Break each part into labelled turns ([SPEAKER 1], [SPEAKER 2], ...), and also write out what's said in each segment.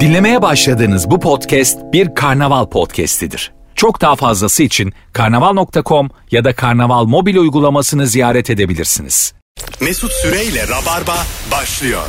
[SPEAKER 1] Dinlemeye başladığınız bu podcast bir karnaval podcastidir. Çok daha fazlası için karnaval.com ya da karnaval mobil uygulamasını ziyaret edebilirsiniz.
[SPEAKER 2] Mesut Süreyle Rabarba başlıyor.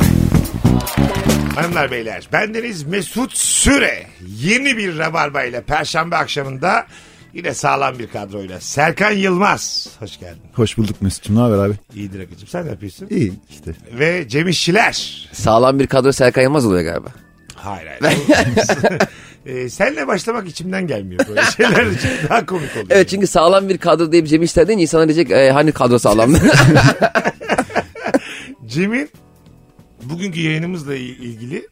[SPEAKER 3] Hanımlar beyler bendeniz Mesut Süre yeni bir Rabarba ile Perşembe akşamında yine sağlam bir kadroyla Serkan Yılmaz hoş geldin.
[SPEAKER 4] Hoş bulduk Mesut'um. Ne haber abi?
[SPEAKER 3] İyidir Akıcım sen ne yapıyorsun?
[SPEAKER 4] İyi işte.
[SPEAKER 3] Ve Cem İşçiler.
[SPEAKER 5] Sağlam bir kadro Serkan Yılmaz oluyor galiba.
[SPEAKER 3] Hayır hayır. Eee, senle başlamak içimden gelmiyor böyle şeyler için daha komik oluyor.
[SPEAKER 5] Evet çünkü sağlam bir kadro diye bir Cem İşler deyince insanlar diyecek e, hani kadro sağlamdı.
[SPEAKER 3] Cem'in bugünkü yayınımızla il- ilgili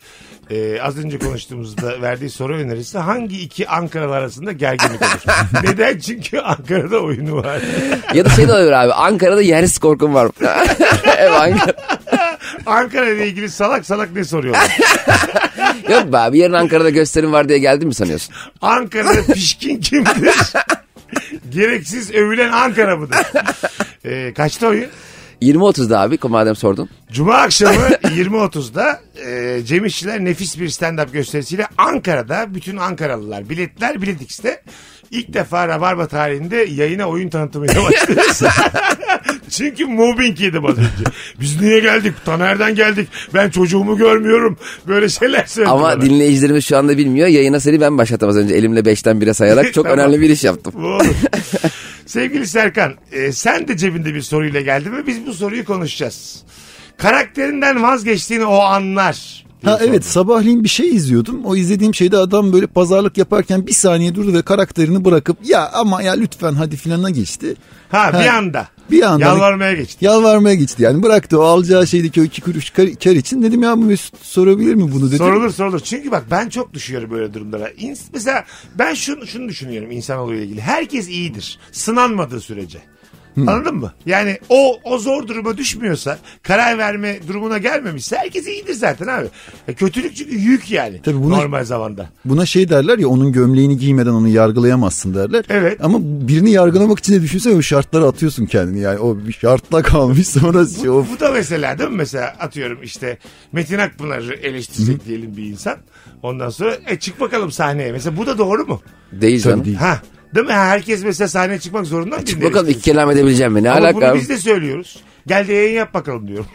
[SPEAKER 3] eee, az önce konuştuğumuzda verdiği soru önerisi hangi iki Ankaralı arasında gerginlik olur? Neden? Çünkü Ankara'da oyunu var.
[SPEAKER 5] ya da şey de olabilir abi Ankara'da yersiz korkum var. evet Ankara.
[SPEAKER 3] Ankara ile ilgili salak salak ne soruyorlar?
[SPEAKER 5] Yok be abi yarın Ankara'da gösterim var diye geldin mi sanıyorsun?
[SPEAKER 3] Ankara'da pişkin kimdir? Gereksiz övülen Ankara mıdır? Ee, kaçta oyun?
[SPEAKER 5] 20.30'da abi madem sordun.
[SPEAKER 3] Cuma akşamı 20.30'da e, Cem İşçiler nefis bir stand-up gösterisiyle Ankara'da bütün Ankaralılar biletler Bilet X'te ilk defa Rabarba tarihinde yayına oyun tanıtımıyla başlıyoruz. Çünkü mobbing yedim az önce. Biz niye geldik? Taner'den geldik. Ben çocuğumu görmüyorum. Böyle şeyler söylediler.
[SPEAKER 5] Ama dinleyicilerimiz şu anda bilmiyor. Yayına seni ben başlattım az önce elimle 5'ten 1'e sayarak çok
[SPEAKER 3] Tamam.
[SPEAKER 5] önemli bir iş yaptım.
[SPEAKER 3] Bu olur. Sevgili Serkan, e, sen de cebinde bir soruyla geldin ve biz bu soruyu konuşacağız. Karakterinden vazgeçtiğin o anlar.
[SPEAKER 4] Ha evet sabahleyin bir şey izliyordum. O izlediğim şeyde adam böyle pazarlık yaparken bir saniye durdu ve karakterini bırakıp ya ama ya lütfen hadi filana geçti.
[SPEAKER 3] Ha, bir
[SPEAKER 4] Ha,
[SPEAKER 3] anda.
[SPEAKER 4] bir anda.
[SPEAKER 3] Yalvarmaya geçti.
[SPEAKER 4] Yalvarmaya geçti yani bıraktı o alacağı şeydeki o iki kuruş kar, kar için. Dedim ya bu Mesut sorabilir mi bunu dedim.
[SPEAKER 3] Sorulur sorulur. Çünkü bak ben çok düşüyorum böyle durumlara. İns- mesela ben şunu, şunu düşünüyorum insanoğluyla ilgili. Herkes iyidir. Sınanmadığı sürece.
[SPEAKER 4] Hmm.
[SPEAKER 3] Anladın mı? Yani o o zor duruma düşmüyorsa, karar verme durumuna gelmemişse herkes iyidir zaten abi. E, kötülük çünkü yük yani.
[SPEAKER 4] Tabii bunu-
[SPEAKER 3] normal zamanda.
[SPEAKER 4] Buna şey derler ya onun gömleğini giymeden onu yargılayamazsın derler.
[SPEAKER 3] Evet.
[SPEAKER 4] Ama birini yargılamak için de düşünsene o şartlara atıyorsun kendini yani o bir şartla kalmış sonra şey,
[SPEAKER 3] Bu,
[SPEAKER 4] o
[SPEAKER 3] bu da mesela değil mi? Mesela atıyorum işte Metin Akpınar'ı eleştirecek diyelim bir insan. Ondan sonra e çık bakalım sahneye. Mesela bu da doğru mu?
[SPEAKER 5] Değil canım.
[SPEAKER 4] değil.
[SPEAKER 3] Ha. Değil mi? Ha, Herkes mesela sahneye çıkmak zorunda mı?
[SPEAKER 5] E, Çık
[SPEAKER 3] dinleriz?
[SPEAKER 5] bakalım iki kelam edebileceğim mi? Ne
[SPEAKER 3] Ama
[SPEAKER 5] alaka?
[SPEAKER 3] bunu
[SPEAKER 5] abi?
[SPEAKER 3] biz de söylüyoruz. Gel de yayın yap bakalım diyorum.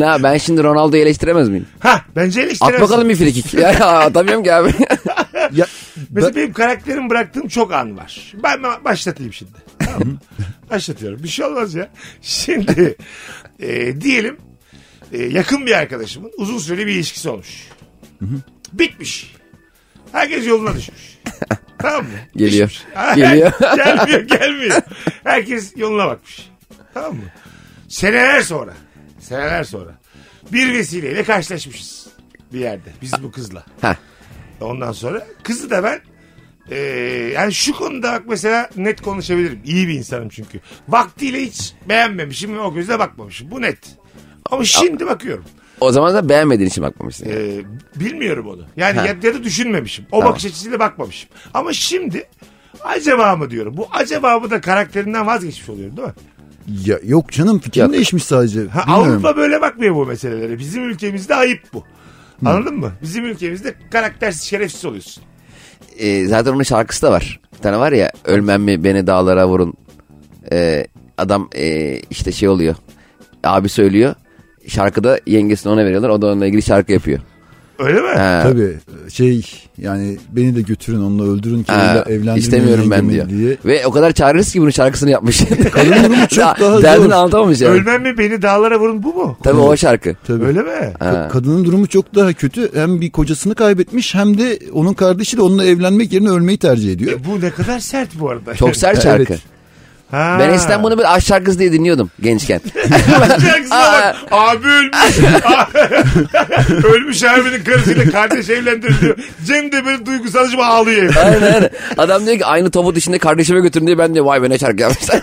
[SPEAKER 5] Ne, ben şimdi Ronaldo'yu eleştiremez miyim?
[SPEAKER 3] Ha bence
[SPEAKER 5] At
[SPEAKER 3] eleştiremezsin.
[SPEAKER 5] bakalım bir frikik. Ya, ya atamıyorum ki abi.
[SPEAKER 4] ya,
[SPEAKER 3] Mesela benim karakterim bıraktığım çok an var. Ben ben başlatayım şimdi. Tamam mı? Başlatıyorum. Bir şey olmaz ya. Şimdi e, diyelim e, yakın bir arkadaşımın uzun süreli bir ilişkisi olmuş. Bitmiş. Herkes yoluna düşmüş. tamam mı?
[SPEAKER 5] Geliyor.
[SPEAKER 3] Düşmüş. Ha,
[SPEAKER 5] Geliyor.
[SPEAKER 3] gelmiyor gelmiyor. Herkes yoluna bakmış. Tamam mı? Seneler sonra. Seneler sonra. Bir vesileyle karşılaşmışız. Bir yerde. Biz bu kızla.
[SPEAKER 5] Heh.
[SPEAKER 3] Ondan sonra kızı da ben e, yani şu konuda bak mesela net konuşabilirim. İyi bir insanım çünkü. Vaktiyle hiç beğenmemişim ve o gözle bakmamışım. Bu net. Ama şimdi bakıyorum.
[SPEAKER 5] O zaman da beğenmediğin için bakmamışsın.
[SPEAKER 3] E, bilmiyorum onu. Yani ya, ya da düşünmemişim. O
[SPEAKER 5] Tamam.
[SPEAKER 3] bakış açısıyla bakmamışım. Ama şimdi acaba mı diyorum. Bu acaba mı da karakterinden vazgeçmiş oluyor değil mi?
[SPEAKER 4] ya yok canım fikrim
[SPEAKER 5] Yok.
[SPEAKER 4] değişmiş sadece.
[SPEAKER 3] Ha,
[SPEAKER 4] Bilmiyorum.
[SPEAKER 3] Avrupa böyle bakmıyor bu meselelere. Bizim ülkemizde ayıp bu. Anladın mı? Bizim ülkemizde karaktersiz şerefsiz oluyorsun.
[SPEAKER 5] e, zaten onun şarkısı da var. Bir tane var ya ölmem mi beni dağlara vurun. E, adam e, işte şey oluyor. Abi söylüyor. Şarkıda yengesini ona veriyorlar. O da onunla ilgili şarkı yapıyor.
[SPEAKER 3] Öyle mi?
[SPEAKER 5] Ha,
[SPEAKER 4] Tabii şey yani beni de götürün onunla öldürün ki
[SPEAKER 5] ha,
[SPEAKER 4] evle- evlendirmeyin
[SPEAKER 5] istemiyorum ben diyor.
[SPEAKER 4] yengemi diye.
[SPEAKER 5] Ve o kadar çaresiz ki bunun şarkısını yapmış.
[SPEAKER 4] Kadın durumu çok
[SPEAKER 5] Ya,
[SPEAKER 4] daha
[SPEAKER 5] Derdini
[SPEAKER 4] zor.
[SPEAKER 5] anlatamamış yani.
[SPEAKER 3] Ölmem mi beni dağlara vurun bu mu?
[SPEAKER 5] Tabii o şarkı.
[SPEAKER 4] Tabii.
[SPEAKER 3] Öyle mi?
[SPEAKER 5] Ha.
[SPEAKER 4] Kadının durumu çok daha kötü. Hem bir kocasını kaybetmiş hem de onun kardeşi de onunla evlenmek yerine ölmeyi tercih ediyor.
[SPEAKER 3] E, bu ne kadar sert bu arada.
[SPEAKER 5] Çok sert şarkı.
[SPEAKER 4] Evet.
[SPEAKER 3] Ha.
[SPEAKER 5] Ben eskiden bunu böyle aşk şarkısı diye dinliyordum gençken.
[SPEAKER 3] Jackson'a bak. Abi ölmüş. ölmüş abinin karısıyla kardeş evlendiriliyor. Cem de böyle duygusalcım ağlıyor. evde.
[SPEAKER 5] Aynen aynen. Adam diyor ki aynı topu dışında kardeşime götürün diye ben de vay be ne şarkı yapmışlar.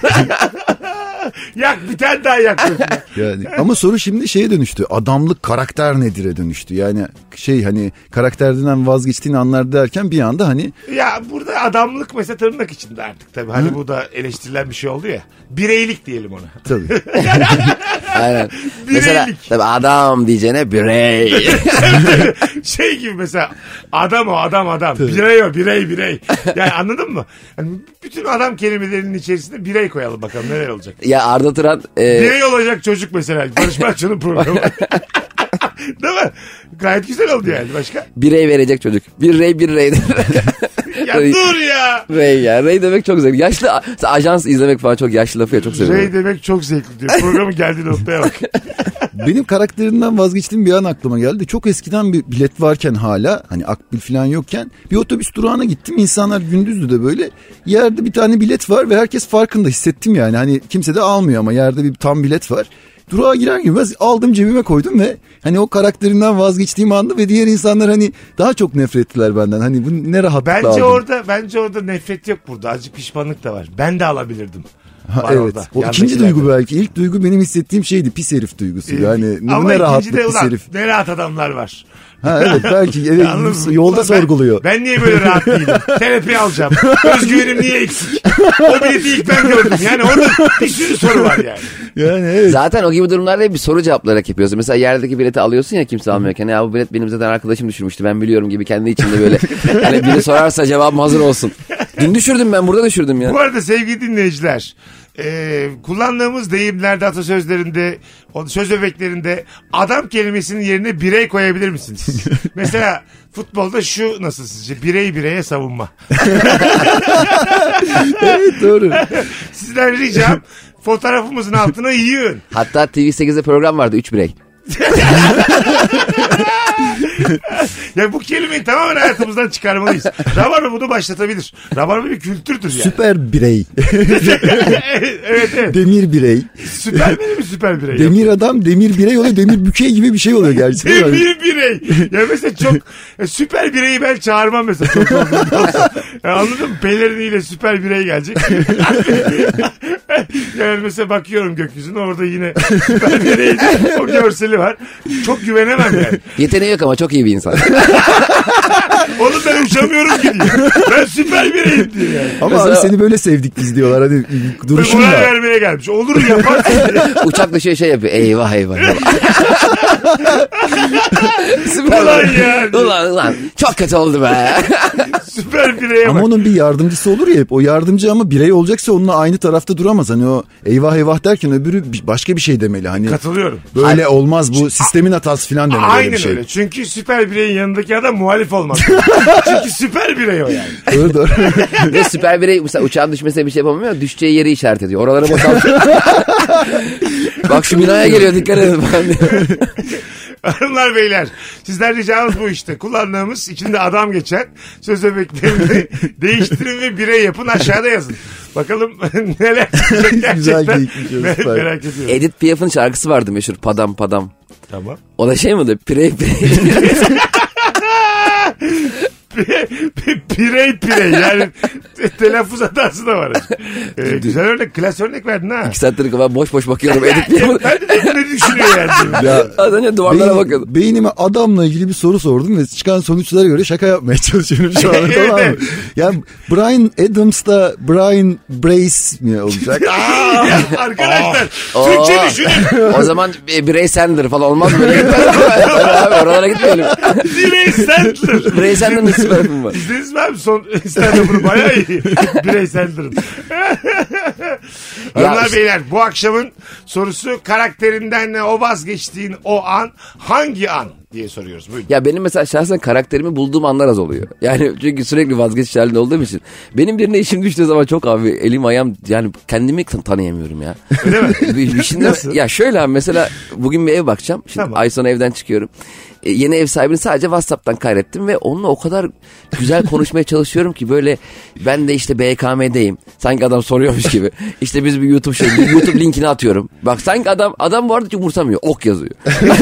[SPEAKER 3] Yak bir tane daha yak. diyorsun.
[SPEAKER 4] Yani ama soru şimdi şeye dönüştü. Adamlık karakter nedir'e dönüştü. Yani şey hani karakterden vazgeçtiğin anlar derken bir anda hani
[SPEAKER 3] ya burada adamlık mesela tırnak içinde artık tabii. Hani bu da eleştirilen bir şey oldu ya. Bireylik diyelim ona.
[SPEAKER 4] tabii.
[SPEAKER 5] Aynen.
[SPEAKER 3] Bireylik.
[SPEAKER 5] Mesela tabii adam diyeceğine birey.
[SPEAKER 3] şey gibi mesela adam o adam adam. Birey o birey birey. Yani anladın mı? Yani bütün adam kelimelerinin içerisinde birey koyalım bakalım neler olacak.
[SPEAKER 5] ya Arda Turan e,
[SPEAKER 3] Birey olacak çocuk mesela. Barış Manço'nun programı. Değil mi? Gayet güzel oldu yani. Başka?
[SPEAKER 5] birey verecek çocuk. Bir rey bir rey.
[SPEAKER 3] Ya dur ya.
[SPEAKER 5] Rey ya. Rey demek çok zevkli. Yaşlı a- ajans izlemek falan çok yaşlı lafı ya çok seviyorum.
[SPEAKER 3] Rey demek çok zevkli diyor. Programın geldiği noktaya bak.
[SPEAKER 4] Benim karakterimden vazgeçtiğim bir an aklıma geldi. Çok eskiden bir bilet varken hala hani akbil falan yokken bir otobüs durağına gittim. İnsanlar gündüzdü de böyle yerde bir tane bilet var ve herkes farkında hissettim yani. Hani kimse de almıyor ama yerde bir tam bilet var. Durağa girer girmez aldım cebime koydum ve hani o karakterimden vazgeçtiğim anda ve diğer insanlar hani daha çok nefret ettiler benden. Hani bu ne rahatlıkla
[SPEAKER 3] Bence
[SPEAKER 4] aldım.
[SPEAKER 3] orada bence orada nefret yok burada. Azıcık pişmanlık da var. Ben de alabilirdim.
[SPEAKER 4] Ha,
[SPEAKER 3] Var
[SPEAKER 4] evet.
[SPEAKER 3] orada.
[SPEAKER 4] O ikinci
[SPEAKER 3] Yandakilerde.
[SPEAKER 4] duygu belki. İlk duygu benim hissettiğim şeydi pis herif duygusu. Yani
[SPEAKER 3] Ee, Ama
[SPEAKER 4] ne, ne
[SPEAKER 3] ikinci de
[SPEAKER 4] rahatlık pis
[SPEAKER 3] ulan
[SPEAKER 4] herif.
[SPEAKER 3] ne rahat adamlar var.
[SPEAKER 4] Ha evet belki evet,
[SPEAKER 3] Yalnız
[SPEAKER 4] yolda
[SPEAKER 3] ulan ben-
[SPEAKER 4] sorguluyor.
[SPEAKER 3] Ben niye böyle rahat değilim? Terapi alacağım. Özgüvenim niye eksik? O bileti ilk ben gördüm. Yani orada bir sürü soru var yani.
[SPEAKER 4] Yani evet.
[SPEAKER 5] Zaten o gibi durumlarda hep bir soru cevaplarak yapıyorsun. Mesela yerdeki bileti alıyorsun ya kimse almıyorken. Ya bu bilet benim zaten arkadaşım düşürmüştü ben biliyorum gibi kendi içinde böyle. hani biri sorarsa cevabım hazır olsun. Dün düşürdüm ben burada düşürdüm ya.
[SPEAKER 3] Bu arada sevgili dinleyiciler e, kullandığımız deyimlerde atasözlerinde o- söz öbeklerinde adam kelimesinin yerine birey koyabilir misiniz? Mesela futbolda şu nasıl sizce birey bireye savunma.
[SPEAKER 4] evet doğru.
[SPEAKER 3] Sizden ricam fotoğrafımızın altına yığın.
[SPEAKER 5] Hatta TV8'de program vardı 3 birey.
[SPEAKER 3] Ya bu kelimeyi tamamen hayatımızdan çıkarmalıyız. Rabarba bunu başlatabilir. Rabarba bir kültürdür yani.
[SPEAKER 4] Süper birey.
[SPEAKER 3] evet evet.
[SPEAKER 4] Demir birey.
[SPEAKER 3] Süper biri mi süper birey?
[SPEAKER 4] Demir adam demir birey oluyor. Demir bükey gibi bir şey oluyor gerçekten. Yani
[SPEAKER 3] bir birey. Ya mesela çok e, süper bireyi ben çağırmam mesela çok yorgunum olsa. Ya anladın mı? Peleriniyle süper birey gelecek. yani mesela bakıyorum gökyüzüne orada yine süper bireyin o görseli var. Çok güvenemem yani.
[SPEAKER 5] Yeteneği yok ama çok iyi bir insan.
[SPEAKER 3] Oğlum ben uçamıyorum ki diyor. Ben süper bireyim diyor yani.
[SPEAKER 4] Ama abi
[SPEAKER 5] Mesela-
[SPEAKER 4] seni böyle sevdik biz diyorlar. Hani duruşun
[SPEAKER 3] Ona
[SPEAKER 4] da.
[SPEAKER 3] vermeye gelmiş. Olur yaparsın.
[SPEAKER 5] Uçak düşüyor şey yapıyor. Eyvah eyvah. eyvah. Süper.
[SPEAKER 3] Ulan ya.
[SPEAKER 5] Ulan ulan. Çok kötü oldu be.
[SPEAKER 3] süper bireye bak.
[SPEAKER 4] Ama onun bir yardımcısı olur ya hep. O yardımcı ama birey olacaksa onunla aynı tarafta duramaz. Hani o eyvah eyvah derken öbürü bir- başka bir şey demeli. Hani
[SPEAKER 3] Katılıyorum.
[SPEAKER 4] böyle olmaz bu sistemin hatası falan demeli. öyle bir
[SPEAKER 3] Aynen
[SPEAKER 4] şey.
[SPEAKER 3] öyle. Çünkü süper bireyin yanındaki adam muhalif olmaz. Çünkü süper birey o yani.
[SPEAKER 4] Doğru doğru.
[SPEAKER 5] Ve süper birey mesela uçağın düşmesine bir şey yapamıyor. Düşeceği yeri işaret ediyor. Oraları boşalt. Bak şu binaya geliyor dikkat edin. falan diyor.
[SPEAKER 3] Hanımlar beyler sizden ricamız bu işte. Kullandığımız içinde adam geçen söz öbeklerini değiştirin ve birey yapın aşağıda yazın. Bakalım neler çıkacak gerçekten.
[SPEAKER 4] Güzel geyikmiş o,
[SPEAKER 3] Me-
[SPEAKER 4] süper.
[SPEAKER 3] Merak ediyorum.
[SPEAKER 5] Edith Piaf'ın şarkısı vardı meşhur. Padam padam.
[SPEAKER 3] Tamam.
[SPEAKER 5] O da şey miydi? Pirey pirey.
[SPEAKER 3] pirey pirey yani te- telaffuz hatası da var. Ee, güzel örnek klas örnek verdin ha.
[SPEAKER 5] İki saattir ben boş boş bakıyorum. Edith Piaf'ın.
[SPEAKER 3] Ben de dedim, ne düşünüyor yani.
[SPEAKER 4] Ya
[SPEAKER 5] Az önce duvarlara
[SPEAKER 4] Beyin-
[SPEAKER 5] bakıyordum.
[SPEAKER 4] Beynime adamla ilgili bir soru sordum ve çıkan sonuçlara göre şaka yapmaya çalışıyorum şu an.
[SPEAKER 3] Evet,
[SPEAKER 4] tamam mı?
[SPEAKER 3] evet.
[SPEAKER 4] Yani Brian Adams da Brian Brace mi olacak?
[SPEAKER 3] Ya Arkadaşlar Türkçe düşünün.
[SPEAKER 5] O zaman e, birey sendir falan olmaz mı? Böyle gitmez mi? Abi oralara gitmeyelim.
[SPEAKER 3] Birey Sandler.
[SPEAKER 5] Birey sendir mi süper film var?
[SPEAKER 3] İzlediniz mi abi son stand-up'ını bayağı iyi. Birey Sandler'ın. Hanımlar
[SPEAKER 5] işte-
[SPEAKER 3] beyler bu akşamın sorusu karakterinden ne, o vazgeçtiğin o an hangi an diye soruyoruz. Buyurun.
[SPEAKER 5] Ya benim mesela şahsen karakterimi bulduğum anlar az oluyor. Yani çünkü sürekli vazgeçiş halinde olduğum için. Benim birine işim düştüğü zaman çok abi elim ayağım yani kendimi tan- tanıyamıyorum ya.
[SPEAKER 3] Öyle mi?
[SPEAKER 5] Bir- bir şimdi-
[SPEAKER 3] Nasıl?
[SPEAKER 5] ya şöyle abi mesela bugün bir ev bakacağım. Şimdi
[SPEAKER 3] Tamam.
[SPEAKER 5] ay sonu evden çıkıyorum. E, yeni ev sahibini sadece Whatsapp'tan kaydettim ve onunla o kadar güzel konuşmaya çalışıyorum ki böyle ben de işte BKM'deyim. Sanki adam soruyormuş gibi. İşte biz bir YouTube şey, bir YouTube linkini atıyorum. Bak sanki adam adam bu arada hiç umursamıyor. Ok yazıyor.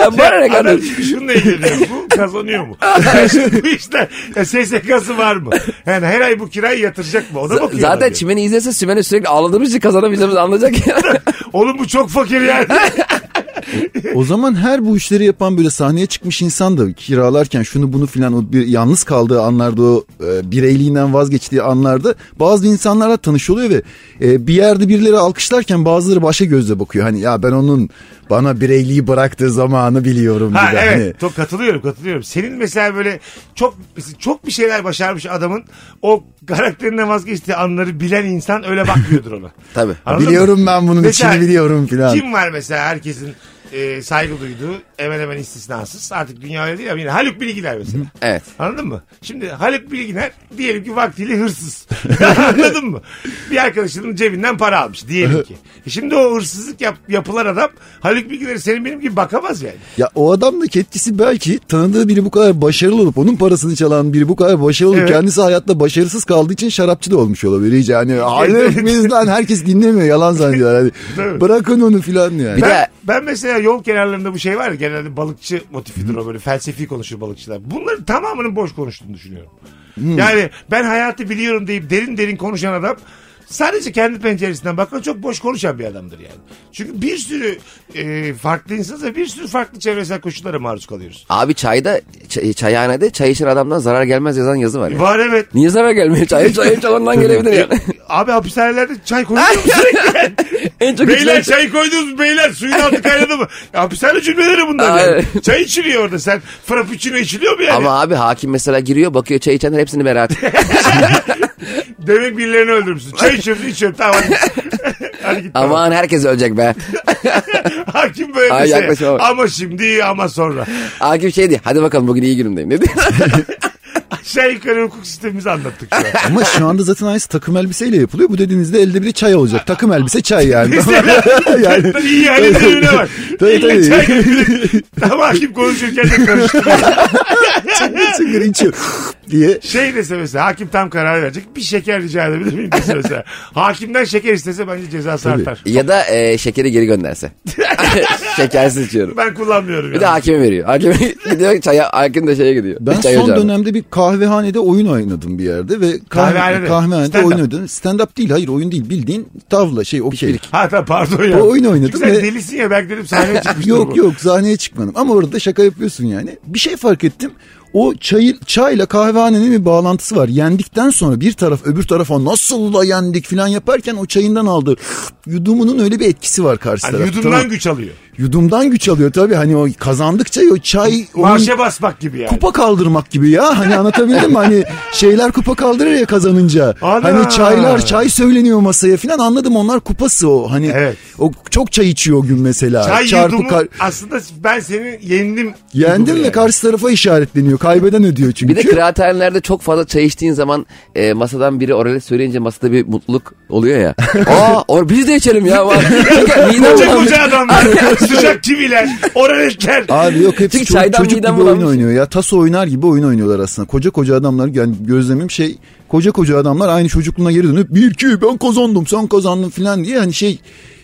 [SPEAKER 5] ya bana ne kadar
[SPEAKER 3] Adam şimdi şununla ilgileniyor. Bu kazanıyor mu? Yani şimdi bu e, işte ya SSK'sı var mı? Yani her ay bu kirayı yatıracak mı? O da
[SPEAKER 5] Z-
[SPEAKER 3] bakıyor.
[SPEAKER 5] Zaten
[SPEAKER 3] adam ya.
[SPEAKER 5] çimeni izlese çimeni sürekli ağladığımız için kazanamayacağımızı anlayacak ya.
[SPEAKER 3] Oğlum bu çok fakir yani.
[SPEAKER 4] O zaman her bu işleri yapan böyle sahneye çıkmış insan da kiralarken şunu bunu filan o bir yalnız kaldığı anlarda o e, bireyliğinden vazgeçtiği anlarda bazı insanlarla tanış oluyor ve e, bir yerde birileri alkışlarken bazıları başa gözle bakıyor. Hani ya ben onun bana bireyliği bıraktığı zamanı biliyorum
[SPEAKER 3] Ha
[SPEAKER 4] gibi.
[SPEAKER 3] evet
[SPEAKER 4] Hani
[SPEAKER 3] çok katılıyorum katılıyorum. Senin mesela böyle çok çok bir şeyler başarmış adamın o karakterine vazgeçtiği anları bilen insan öyle bakmıyordur ona.
[SPEAKER 5] Tabii.
[SPEAKER 3] Anladın mı?
[SPEAKER 4] biliyorum ben bunun
[SPEAKER 3] Mesela
[SPEAKER 4] içini biliyorum filan.
[SPEAKER 3] Kim var mesela herkesin e, saygı duyduğu hemen hemen istisnasız artık dünya öyle değil ama yine Haluk Bilginer mesela.
[SPEAKER 5] Evet.
[SPEAKER 3] Anladın mı? Şimdi Haluk Bilginer diyelim ki vaktiyle hırsız. Anladın mı? Bir arkadaşının cebinden para almış diyelim ki. E Şimdi o hırsızlık yap, yapılan adam Haluk Bilginer senin benim gibi bakamaz yani.
[SPEAKER 4] Ya o adamdaki etkisi belki tanıdığı biri bu kadar başarılı olup onun parasını çalan biri bu kadar başarılı olup
[SPEAKER 3] Evet.
[SPEAKER 4] kendisi hayatta başarısız kaldığı için şarapçı da olmuş olabilir. İyice hani
[SPEAKER 3] Evet.
[SPEAKER 4] hayır biz lan herkes dinlemiyor yalan zannediyorlar. Hani,
[SPEAKER 3] Tabii.
[SPEAKER 4] bırakın onu filan yani.
[SPEAKER 5] Bir de-
[SPEAKER 3] Ben, ben mesela yol kenarlarında bu şey var ya genelde balıkçı motifidir o böyle felsefi konuşur balıkçılar. Bunların tamamının boş konuştuğunu düşünüyorum.
[SPEAKER 5] Hmm.
[SPEAKER 3] Yani ben hayatı biliyorum deyip derin derin konuşan adam sadece kendi penceresinden bakan çok boş konuşan bir adamdır yani. Çünkü bir sürü e, farklı insanız ve bir sürü farklı çevresel koşullara maruz kalıyoruz.
[SPEAKER 5] Abi çayda ç- çayhanede çay içen adamdan zarar gelmez yazan yazı var ya.
[SPEAKER 3] Var evet. E,
[SPEAKER 5] Niye zarar gelmiyor? Çay çay çalandan gelebilir yani.
[SPEAKER 3] Abi hapishanelerde çay koyuyor mu sürekli?
[SPEAKER 5] en çok
[SPEAKER 3] Beyler
[SPEAKER 5] içilen-
[SPEAKER 3] çay koydunuz mu beyler? Suyun altı kaynadı mı? Ya Hapishane cümleleri bunlar yani.
[SPEAKER 5] Aynen.
[SPEAKER 3] Çay içiliyor orada. Sen frappuccino içiliyor mu yani?
[SPEAKER 5] Ama abi hakim mesela giriyor bakıyor çay içenler hepsini beraat.
[SPEAKER 3] Demek birilerini öldürmüşsün. Çay içiyorsun içiyorum tamam. hadi. Hadi git. tamam.
[SPEAKER 5] Aman herkes ölecek be.
[SPEAKER 3] Hakim böyle
[SPEAKER 5] Ay,
[SPEAKER 3] dese,
[SPEAKER 5] yaklaşma bak.
[SPEAKER 3] Ama şimdi ama sonra.
[SPEAKER 5] Hakim şey diyor hadi bakalım bugün iyi günümdeyim. Ne diyor?
[SPEAKER 3] Aşağı yukarı hukuk sistemimizi anlattık şu an.
[SPEAKER 4] Ama şu anda zaten aynısı takım elbiseyle yapılıyor. Bu dediğinizde elde biri çay olacak. Takım elbise çay yani. yani
[SPEAKER 3] Tabii iyi yani birbirine bak.
[SPEAKER 4] Tabii, tabii.
[SPEAKER 3] Çay birbirine- Tam hakim konuşurken de karıştırıyor.
[SPEAKER 4] çıngır içiyor diye.
[SPEAKER 3] Şey dese mesela hakim tam karar verecek. Bir şeker rica edebilir miyim dese mesela. Hakimden şeker istese bence cezası artar.
[SPEAKER 5] ya da e, şekeri geri gönderse. Şekersiz içiyorum.
[SPEAKER 3] Ben kullanmıyorum.
[SPEAKER 5] Bir
[SPEAKER 3] yani.
[SPEAKER 5] de hakime veriyor. Hakime gidiyor çaya, hakim de şeye gidiyor.
[SPEAKER 4] Ben
[SPEAKER 5] Çay
[SPEAKER 4] son
[SPEAKER 5] ocağına.
[SPEAKER 4] dönemde bir kahvehanede oyun oynadım bir yerde ve kahve,
[SPEAKER 3] Kahvehanede.
[SPEAKER 4] kahvehanede,
[SPEAKER 3] Stand-up.
[SPEAKER 4] oyun oynadım. Stand up değil hayır oyun değil bildiğin tavla şey okey.
[SPEAKER 3] Ha tamam pardon ya.
[SPEAKER 4] O oyun oynadım
[SPEAKER 3] Çünkü sen
[SPEAKER 4] ve-
[SPEAKER 3] delisin ya belki dedim sahneye çıkmıştır bu.
[SPEAKER 4] Yok yok sahneye çıkmadım ama orada şaka yapıyorsun yani. Bir şey fark ettim. O çayı, çayla kahvehanenin bir bağlantısı var. Yendikten sonra bir taraf öbür tarafa nasıl da yendik filan yaparken o çayından aldığı yudumunun öyle bir etkisi var karşı
[SPEAKER 3] Hani
[SPEAKER 4] tarafta.
[SPEAKER 3] yudumdan
[SPEAKER 4] Tamam.
[SPEAKER 3] güç alıyor.
[SPEAKER 4] Yudumdan güç alıyor tabii. Hani o kazandıkça o çay onun
[SPEAKER 3] Marşa basmak gibi yani.
[SPEAKER 4] kupa kaldırmak gibi ya. Hani anlatabildim mi? Hani şeyler kupa kaldırır ya kazanınca.
[SPEAKER 3] Ana.
[SPEAKER 4] Hani çaylar çay söyleniyor masaya filan anladım onlar kupası o. Hani
[SPEAKER 3] Evet.
[SPEAKER 4] o çok çay içiyor o gün mesela.
[SPEAKER 3] Çay
[SPEAKER 4] Çarpı
[SPEAKER 3] yudumu
[SPEAKER 4] kar-
[SPEAKER 3] aslında ben seni yendim.
[SPEAKER 4] Yendim ve
[SPEAKER 3] yani.
[SPEAKER 4] karşı tarafa işaretleniyor. Kaybeden ödüyor çünkü.
[SPEAKER 5] Bir de kıraathanelerde çok fazla çay içtiğin zaman e, masadan biri oraya söyleyince masada bir mutluluk oluyor ya. Aa or biz de içelim ya. Var. Çünkü midem
[SPEAKER 3] Koca
[SPEAKER 5] bulanmış.
[SPEAKER 3] koca adamlar. sıcak kiviler. Oraletler.
[SPEAKER 4] Abi yok hepsi
[SPEAKER 5] Çünkü
[SPEAKER 4] ço-
[SPEAKER 5] çaydan
[SPEAKER 4] çocuk gibi
[SPEAKER 5] midem
[SPEAKER 4] oyun
[SPEAKER 5] bulanmış.
[SPEAKER 4] oynuyor ya. Tas oynar gibi oyun oynuyorlar aslında. Koca koca adamlar yani gözlemim şey koca koca adamlar aynı çocukluğuna geri dönüp bir iki ben kazandım sen kazandın filan diye hani şey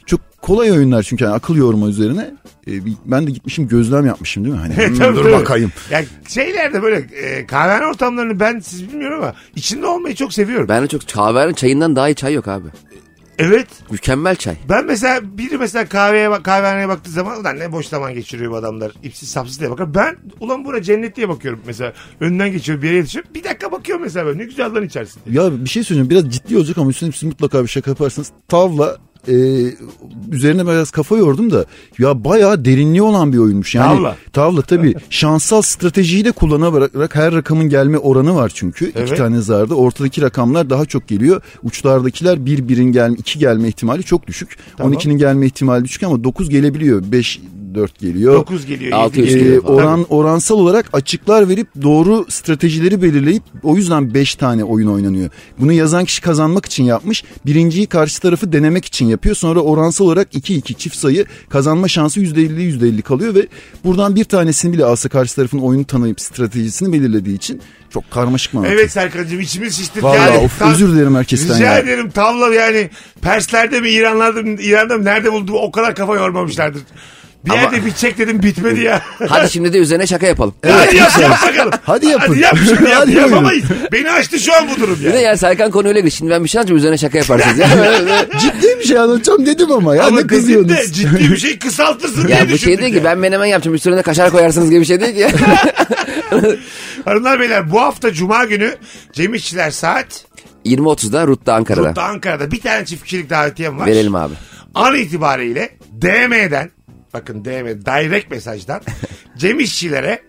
[SPEAKER 4] çok kolay oyunlar çünkü yani akıl yorma üzerine. E, bi- ben de gitmişim gözlem yapmışım değil mi? Hani "Hmm,
[SPEAKER 3] Tabii,
[SPEAKER 4] dur
[SPEAKER 3] tabii.
[SPEAKER 4] bakayım.
[SPEAKER 3] Ya şeylerde böyle e, kahvehane ortamlarını ben siz bilmiyorum ama içinde olmayı çok seviyorum.
[SPEAKER 5] Ben de çok kahvenin çayından daha iyi çay yok abi.
[SPEAKER 3] Evet.
[SPEAKER 5] Mükemmel çay.
[SPEAKER 3] Ben mesela biri mesela kahveye bak- kahvehaneye baktığı zaman ulan ne boş zaman geçiriyor bu adamlar. İpsiz sapsız diye bakar. Ben ulan bura cennet diye bakıyorum mesela. Önünden geçiyor bir yere yetişiyor. Bir dakika bakıyorum mesela böyle. Ne güzel lan içersin.
[SPEAKER 4] Ya bir şey söyleyeceğim biraz ciddi olacak ama üstüne siz mutlaka bir şaka yaparsınız. Tavla e, üzerine biraz kafa yordum da ya bayağı derinliği olan bir oyunmuş. Yani,
[SPEAKER 3] Tavla.
[SPEAKER 4] Tavla tabii şansal stratejiyi de kullanarak her rakamın gelme oranı var çünkü.
[SPEAKER 3] Evet.
[SPEAKER 4] iki tane zarda ortadaki rakamlar daha çok geliyor. Uçlardakiler bir birin gelme iki gelme ihtimali çok düşük.
[SPEAKER 3] Tamam.
[SPEAKER 4] 12'nin gelme ihtimali düşük ama 9 gelebiliyor. 5 4 geliyor.
[SPEAKER 3] 9 geliyor. yedi
[SPEAKER 5] Altı yüz
[SPEAKER 4] Ee,
[SPEAKER 5] geliyor.
[SPEAKER 3] geliyor.
[SPEAKER 5] falan.
[SPEAKER 4] oran oransal olarak açıklar verip doğru stratejileri belirleyip o yüzden 5 tane oyun oynanıyor. Bunu yazan kişi kazanmak için yapmış. Birinciyi karşı tarafı denemek için yapıyor. Sonra oransal olarak 2 2 çift sayı kazanma şansı %50'ye %50 kalıyor ve buradan bir tanesini bile alsa karşı tarafın oyunu tanıyıp stratejisini belirlediği için çok karmaşık mı?
[SPEAKER 3] Evet Serkan'cığım içimiz şişti.
[SPEAKER 4] Vallahi
[SPEAKER 3] Yani
[SPEAKER 4] of,
[SPEAKER 3] tam-
[SPEAKER 4] özür dilerim herkesten
[SPEAKER 3] Rica
[SPEAKER 4] ya.
[SPEAKER 3] ederim tavla yani Perslerde mi İranlarda mı İran'da mı nerede buldu o kadar kafa yormamışlardır. Bir
[SPEAKER 5] Ama-
[SPEAKER 3] yerde bitecek dedim bitmedi ya.
[SPEAKER 5] Hadi şimdi de üzerine şaka yapalım.
[SPEAKER 3] Hadi yap, yap bakalım.
[SPEAKER 4] Hadi yapın.
[SPEAKER 3] Hadi yap şimdi yap.
[SPEAKER 4] Hadi yapın.
[SPEAKER 3] Yapamayız. Beni açtı şu an bu durum
[SPEAKER 5] Bir de
[SPEAKER 3] ya.
[SPEAKER 5] yani Serkan konu öyle gidiyor. Şimdi ben bir şey anlatacağım üzerine şaka yaparsınız. ya.
[SPEAKER 4] Ciddi bir şey anlatacağım dedim ama ya
[SPEAKER 3] Ama
[SPEAKER 4] ne
[SPEAKER 3] dedim de
[SPEAKER 4] kızıyorsunuz?
[SPEAKER 3] ciddi bir şey kısaltırsın diye
[SPEAKER 5] ya bu şey
[SPEAKER 3] düşündük
[SPEAKER 5] değil
[SPEAKER 3] ya.
[SPEAKER 5] ki ben menemen yapacağım üstüne kaşar koyarsınız gibi bir şey değil ki.
[SPEAKER 3] Hanımlar beyler bu hafta Cuma günü Cem İşçiler saat
[SPEAKER 5] 20.30'da Rut'ta Ankara'da.
[SPEAKER 3] Rut'ta Ankara'da bir tane çift kişilik davetiyem var.
[SPEAKER 5] Verelim abi.
[SPEAKER 3] An itibariyle DM'den bakın DM direct mesajdan Cem İşçilere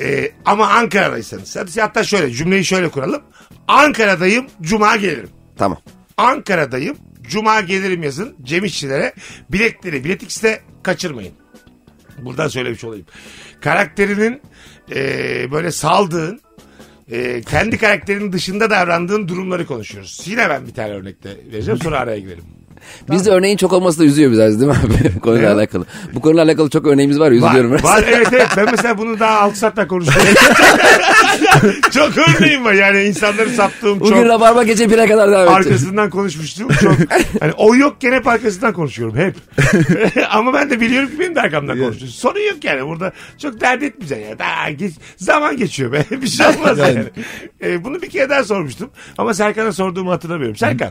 [SPEAKER 3] e, ama Ankara'daysanız hadi hatta şöyle cümleyi şöyle kuralım. Ankara'dayım Cuma gelirim.
[SPEAKER 5] Tamam.
[SPEAKER 3] Ankara'dayım Cuma gelirim yazın Cem İşçilere biletleri Bilet X'te kaçırmayın. Buradan söylemiş olayım. Karakterinin e, böyle saldığın e, kendi karakterinin dışında davrandığın durumları konuşuyoruz. Yine ben bir tane örnekte vereceğim sonra araya girelim.
[SPEAKER 5] Bizde örneğin çok olması da üzüyor biraz değil mi abi? konuyla
[SPEAKER 3] Evet.
[SPEAKER 5] alakalı. Bu konuyla alakalı çok örneğimiz var ya, üzülüyorum.
[SPEAKER 3] Var,
[SPEAKER 5] biraz.
[SPEAKER 3] var evet evet ben mesela bunu daha 6 saatten konuşuyorum. çok örneğim var yani insanları sattığım çok.
[SPEAKER 5] Bugün Rabarba gece 1'e kadar devam edecek.
[SPEAKER 3] Arkasından konuşmuştum çok. Hani o yokken hep arkasından konuşuyorum hep. Ama ben de biliyorum ki benim de arkamdan konuşuyor. Sorun yok yani burada çok dert etmeyeceksin ya. Daha geç, zaman geçiyor be. bir şey olmaz yani. Ee, bunu bir kere daha sormuştum. Ama Serkan'a sorduğumu hatırlamıyorum. Serkan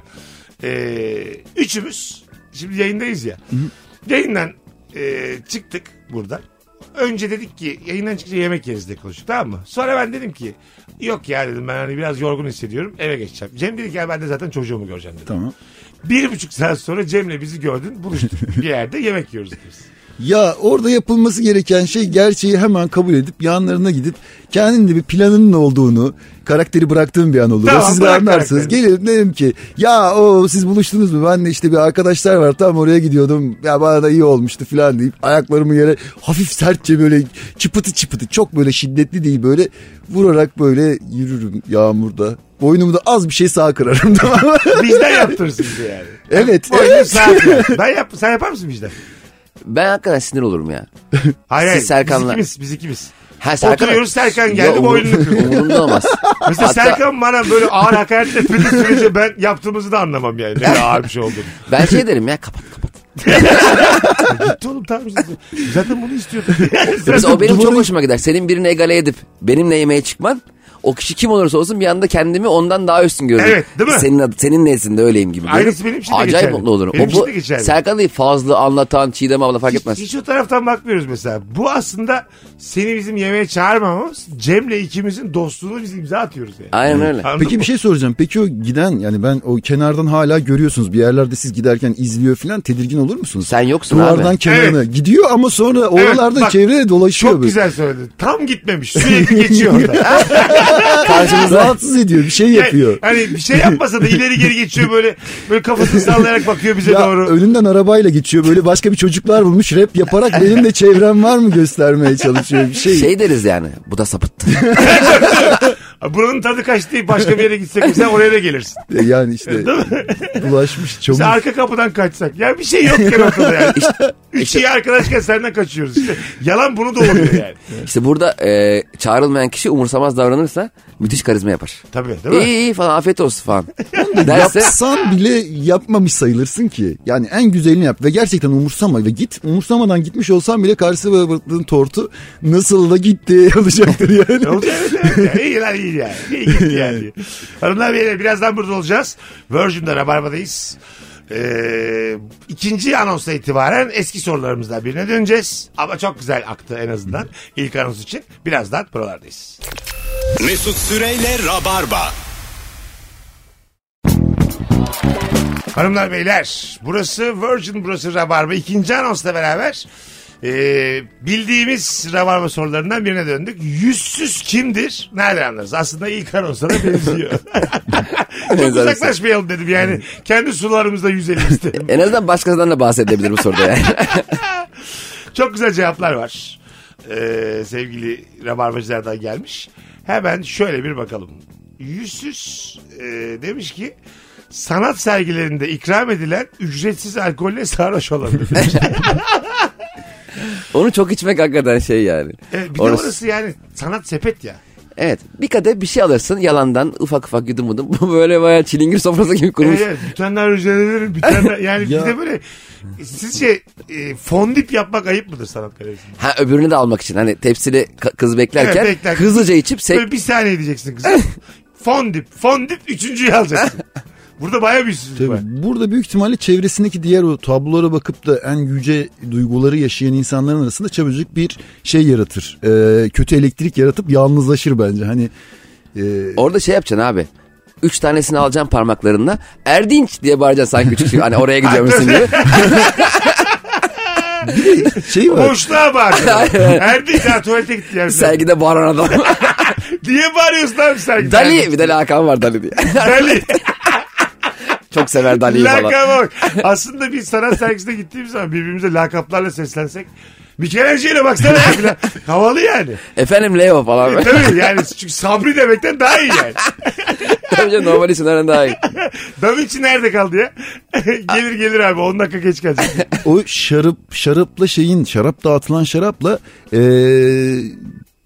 [SPEAKER 3] ee, üçümüz şimdi yayındayız ya. Yayından ee, çıktık buradan. Önce dedik ki yayından çıkınca yemek yeriz diye konuştuk tamam mı? Sonra ben dedim ki yok ya dedim ben hani biraz yorgun hissediyorum eve geçeceğim. Cem dedi ki ya ben de zaten çocuğumu göreceğim dedi.
[SPEAKER 4] Tamam.
[SPEAKER 3] Bir buçuk saat sonra Cem'le bizi gördün buluştuk bir yerde yemek yiyoruz biz.
[SPEAKER 4] Ya orada yapılması gereken şey gerçeği hemen kabul edip yanlarına gidip kendinin de bir planının olduğunu karakteri bıraktığın bir an olur.
[SPEAKER 3] Tamam,
[SPEAKER 4] siz de
[SPEAKER 3] bırak
[SPEAKER 4] anlarsınız.
[SPEAKER 3] karakteri.
[SPEAKER 4] Gelirim derim ki ya o siz buluştunuz mu? Ben de işte bir arkadaşlar var tam oraya gidiyordum. Ya bana da iyi olmuştu falan deyip ayaklarımı yere hafif sertçe böyle çıpıtı çıpıtı çok böyle şiddetli değil böyle vurarak böyle yürürüm yağmurda. Boynumu da az bir şey sağ kırarım tamam mı?
[SPEAKER 3] Bizden yaptırırsın bizi yani.
[SPEAKER 4] evet.
[SPEAKER 3] O yüzden
[SPEAKER 4] evet.
[SPEAKER 3] sen yap. Ben yap, sen yapar mısın bizden?
[SPEAKER 5] Ben hakikaten sinir olurum ya.
[SPEAKER 3] Hayır
[SPEAKER 5] Siz
[SPEAKER 3] hayır.
[SPEAKER 5] Serkan'la-
[SPEAKER 3] Biz ikimiz, biz ikimiz.
[SPEAKER 5] Ha,
[SPEAKER 3] Oturuyoruz, Serkan geldi,
[SPEAKER 5] Ya, umur-
[SPEAKER 3] boynunu kırdı.
[SPEAKER 5] Umurumda olmaz.
[SPEAKER 3] Mesela
[SPEAKER 5] Hatta-
[SPEAKER 3] Serkan bana böyle ağır hakaret etmediği sürece ben yaptığımızı da anlamam yani. Ne kadar ağır bir şey olduğunu.
[SPEAKER 5] Ben şey derim ya kapat kapat.
[SPEAKER 3] Gitti oğlum tamam işte. Zaten bunu istiyordum.
[SPEAKER 5] Mesela o benim çok
[SPEAKER 4] duvarın-
[SPEAKER 5] hoşuma gider. Senin birini egale edip benimle yemeğe çıkman o kişi kim olursa olsun bir anda kendimi ondan daha üstün görürüm.
[SPEAKER 3] Evet, değil mi?
[SPEAKER 5] Senin, ad- senin nezdinde öyleyim gibi.
[SPEAKER 3] Aynısı benim için de
[SPEAKER 5] Acayip
[SPEAKER 3] geçerli.
[SPEAKER 5] mutlu olurum.
[SPEAKER 3] Benim
[SPEAKER 5] o
[SPEAKER 3] için
[SPEAKER 5] bu,
[SPEAKER 3] de geçerli.
[SPEAKER 5] Serkan değil fazla anlatan Çiğdem abla fark etmez.
[SPEAKER 3] Hiç, hiç o taraftan bakmıyoruz mesela. Bu aslında seni bizim yemeğe çağırmamamız Cem'le ikimizin dostluğunu biz imza atıyoruz yani.
[SPEAKER 5] Aynen öyle.
[SPEAKER 3] Anladın
[SPEAKER 4] Peki
[SPEAKER 3] mı?
[SPEAKER 4] bir şey soracağım. Peki o giden yani ben o kenardan hala görüyorsunuz. Bir yerlerde siz giderken izliyor falan tedirgin olur musunuz?
[SPEAKER 5] Sen yoksun
[SPEAKER 4] Duvardan
[SPEAKER 5] abi.
[SPEAKER 4] kenarına gidiyor ama sonra oralarda
[SPEAKER 3] bak,
[SPEAKER 4] çevreye dolaşıyor.
[SPEAKER 3] Çok
[SPEAKER 4] böyle.
[SPEAKER 3] güzel söyledin. Tam gitmemiş. Sürekli geçiyor orada.
[SPEAKER 5] Karşımızda
[SPEAKER 4] Rahatsız ediyor bir şey
[SPEAKER 3] yani,
[SPEAKER 4] yapıyor.
[SPEAKER 3] hani bir şey yapmasa da ileri geri geçiyor böyle. Böyle kafasını sallayarak bakıyor bize
[SPEAKER 4] Ya
[SPEAKER 3] doğru.
[SPEAKER 4] önünden arabayla geçiyor böyle başka bir çocuklar bulmuş rap yaparak benim de çevrem var mı göstermeye çalışıyor bir şey.
[SPEAKER 5] şey deriz yani. Bu da sapıttı.
[SPEAKER 3] Buranın tadı kaçtı deyip başka bir yere gitsek mesela oraya da gelirsin.
[SPEAKER 4] Yani işte bulaşmış çok.
[SPEAKER 3] Biz arka kapıdan kaçsak. Ya bir şey yok ki ortada yani. Üç iyi arkadaşken senden kaçıyoruz işte. Yalan bunu doğuruyor yani.
[SPEAKER 5] işte burada e, çağrılmayan kişi umursamaz davranırsa müthiş karizma yapar.
[SPEAKER 3] Tabii değil mi?
[SPEAKER 5] İyi iyi falan afiyet olsun falan. Derse
[SPEAKER 4] Yapsan bile yapmamış sayılırsın ki. Yani en güzelini yap ve gerçekten umursama ve git. Umursamadan gitmiş olsan bile karşısına bıraktığın tortu nasıl da gitti olacaktır yani.
[SPEAKER 3] Olacak evet evet. Ya. İyi lan iyi yani. İyi gitti yani. Hanımlar beyler birazdan burada olacağız. Virgin'de Rabarba'dayız. Ee, ikinci anonsla itibaren eski sorularımızdan birine döneceğiz. Ama çok güzel aktı en azından. ilk anons için birazdan buralardayız.
[SPEAKER 2] Mesut Süreyle Rabarba.
[SPEAKER 3] Hanımlar beyler burası Virgin burası Rabarba. İkinci anonsla beraber e, bildiğimiz Rabarba sorularından birine döndük. Yüzsüz kimdir? Nereden anlarız? Aslında ilk anonsla da benziyor. Çok
[SPEAKER 5] Benzer
[SPEAKER 3] uzaklaşmayalım dedim yani. Kendi sularımızda yüzelim istedim.
[SPEAKER 5] en azından başkasından da bahsedebilir bu soruda yani.
[SPEAKER 3] Çok güzel cevaplar var. Ee, sevgili Rabarbacılardan gelmiş. Hemen şöyle bir bakalım. Yüzsüz e, demiş ki sanat sergilerinde ikram edilen ücretsiz alkolle sarhoş olan demiş.
[SPEAKER 5] Onu çok içmek hakikaten şey yani.
[SPEAKER 3] E, bir de
[SPEAKER 5] Orası-
[SPEAKER 3] orası yani sanat sepet ya.
[SPEAKER 5] Evet. Bir kadeh bir şey alırsın yalandan ufak ufak yudum yudum. Bu böyle bayağı çilingir sofrası gibi kurmuş.
[SPEAKER 3] Evet, evet, bitenler rica ederim. Bitenler, yani
[SPEAKER 4] Ya.
[SPEAKER 3] bir de böyle sizce e, fondip yapmak ayıp mıdır sanat galerisinde?
[SPEAKER 5] Ha öbürünü de almak için. Hani tepsili ka- kız beklerken
[SPEAKER 3] Evet, bekler.
[SPEAKER 5] hızlıca içip sek...
[SPEAKER 3] Böyle bir saniye diyeceksin kızım. fondip, fondip üçüncüyü alacaksın. Burada bayağı bir üstünlük var.
[SPEAKER 4] Tabii. Burada büyük ihtimalle çevresindeki diğer o tablolara bakıp da en yüce duyguları yaşayan insanların arasında çabucak bir şey yaratır. Ee, kötü elektrik yaratıp yalnızlaşır bence. Hani e,
[SPEAKER 5] Orada şey yapacaksın abi. Üç tanesini alacaksın parmaklarınla. Erdinç diye bağıracaksın sanki küçük gibi. Hani oraya gidiyormuşsun gibi.
[SPEAKER 4] şey var.
[SPEAKER 3] Boşluğa bağırıyor. Erdi ya tuvalete gitti yani.
[SPEAKER 5] Sergide bağıran adam.
[SPEAKER 3] Niye bağırıyorsun abi sergide?
[SPEAKER 5] Dali. Bir de lakan var Dali diye.
[SPEAKER 3] Dali.
[SPEAKER 5] Çok sever Dali'yi falan.
[SPEAKER 3] Lakaba bak. Aslında biz sanat sergisine gittiğimiz zaman birbirimize lakaplarla seslensek. Bir kere şeyle baksana. ya. Havalı yani.
[SPEAKER 5] Efendim Leo falan.
[SPEAKER 3] E, Tabii yani çünkü sabri demekten daha iyi yani.
[SPEAKER 5] Tabii canım normal isimlerden daha iyi.
[SPEAKER 3] Da Vinci nerede kaldı ya? gelir gelir abi 10 dakika geç gelecek.
[SPEAKER 4] o şarap şarapla şeyin şarap dağıtılan şarapla e,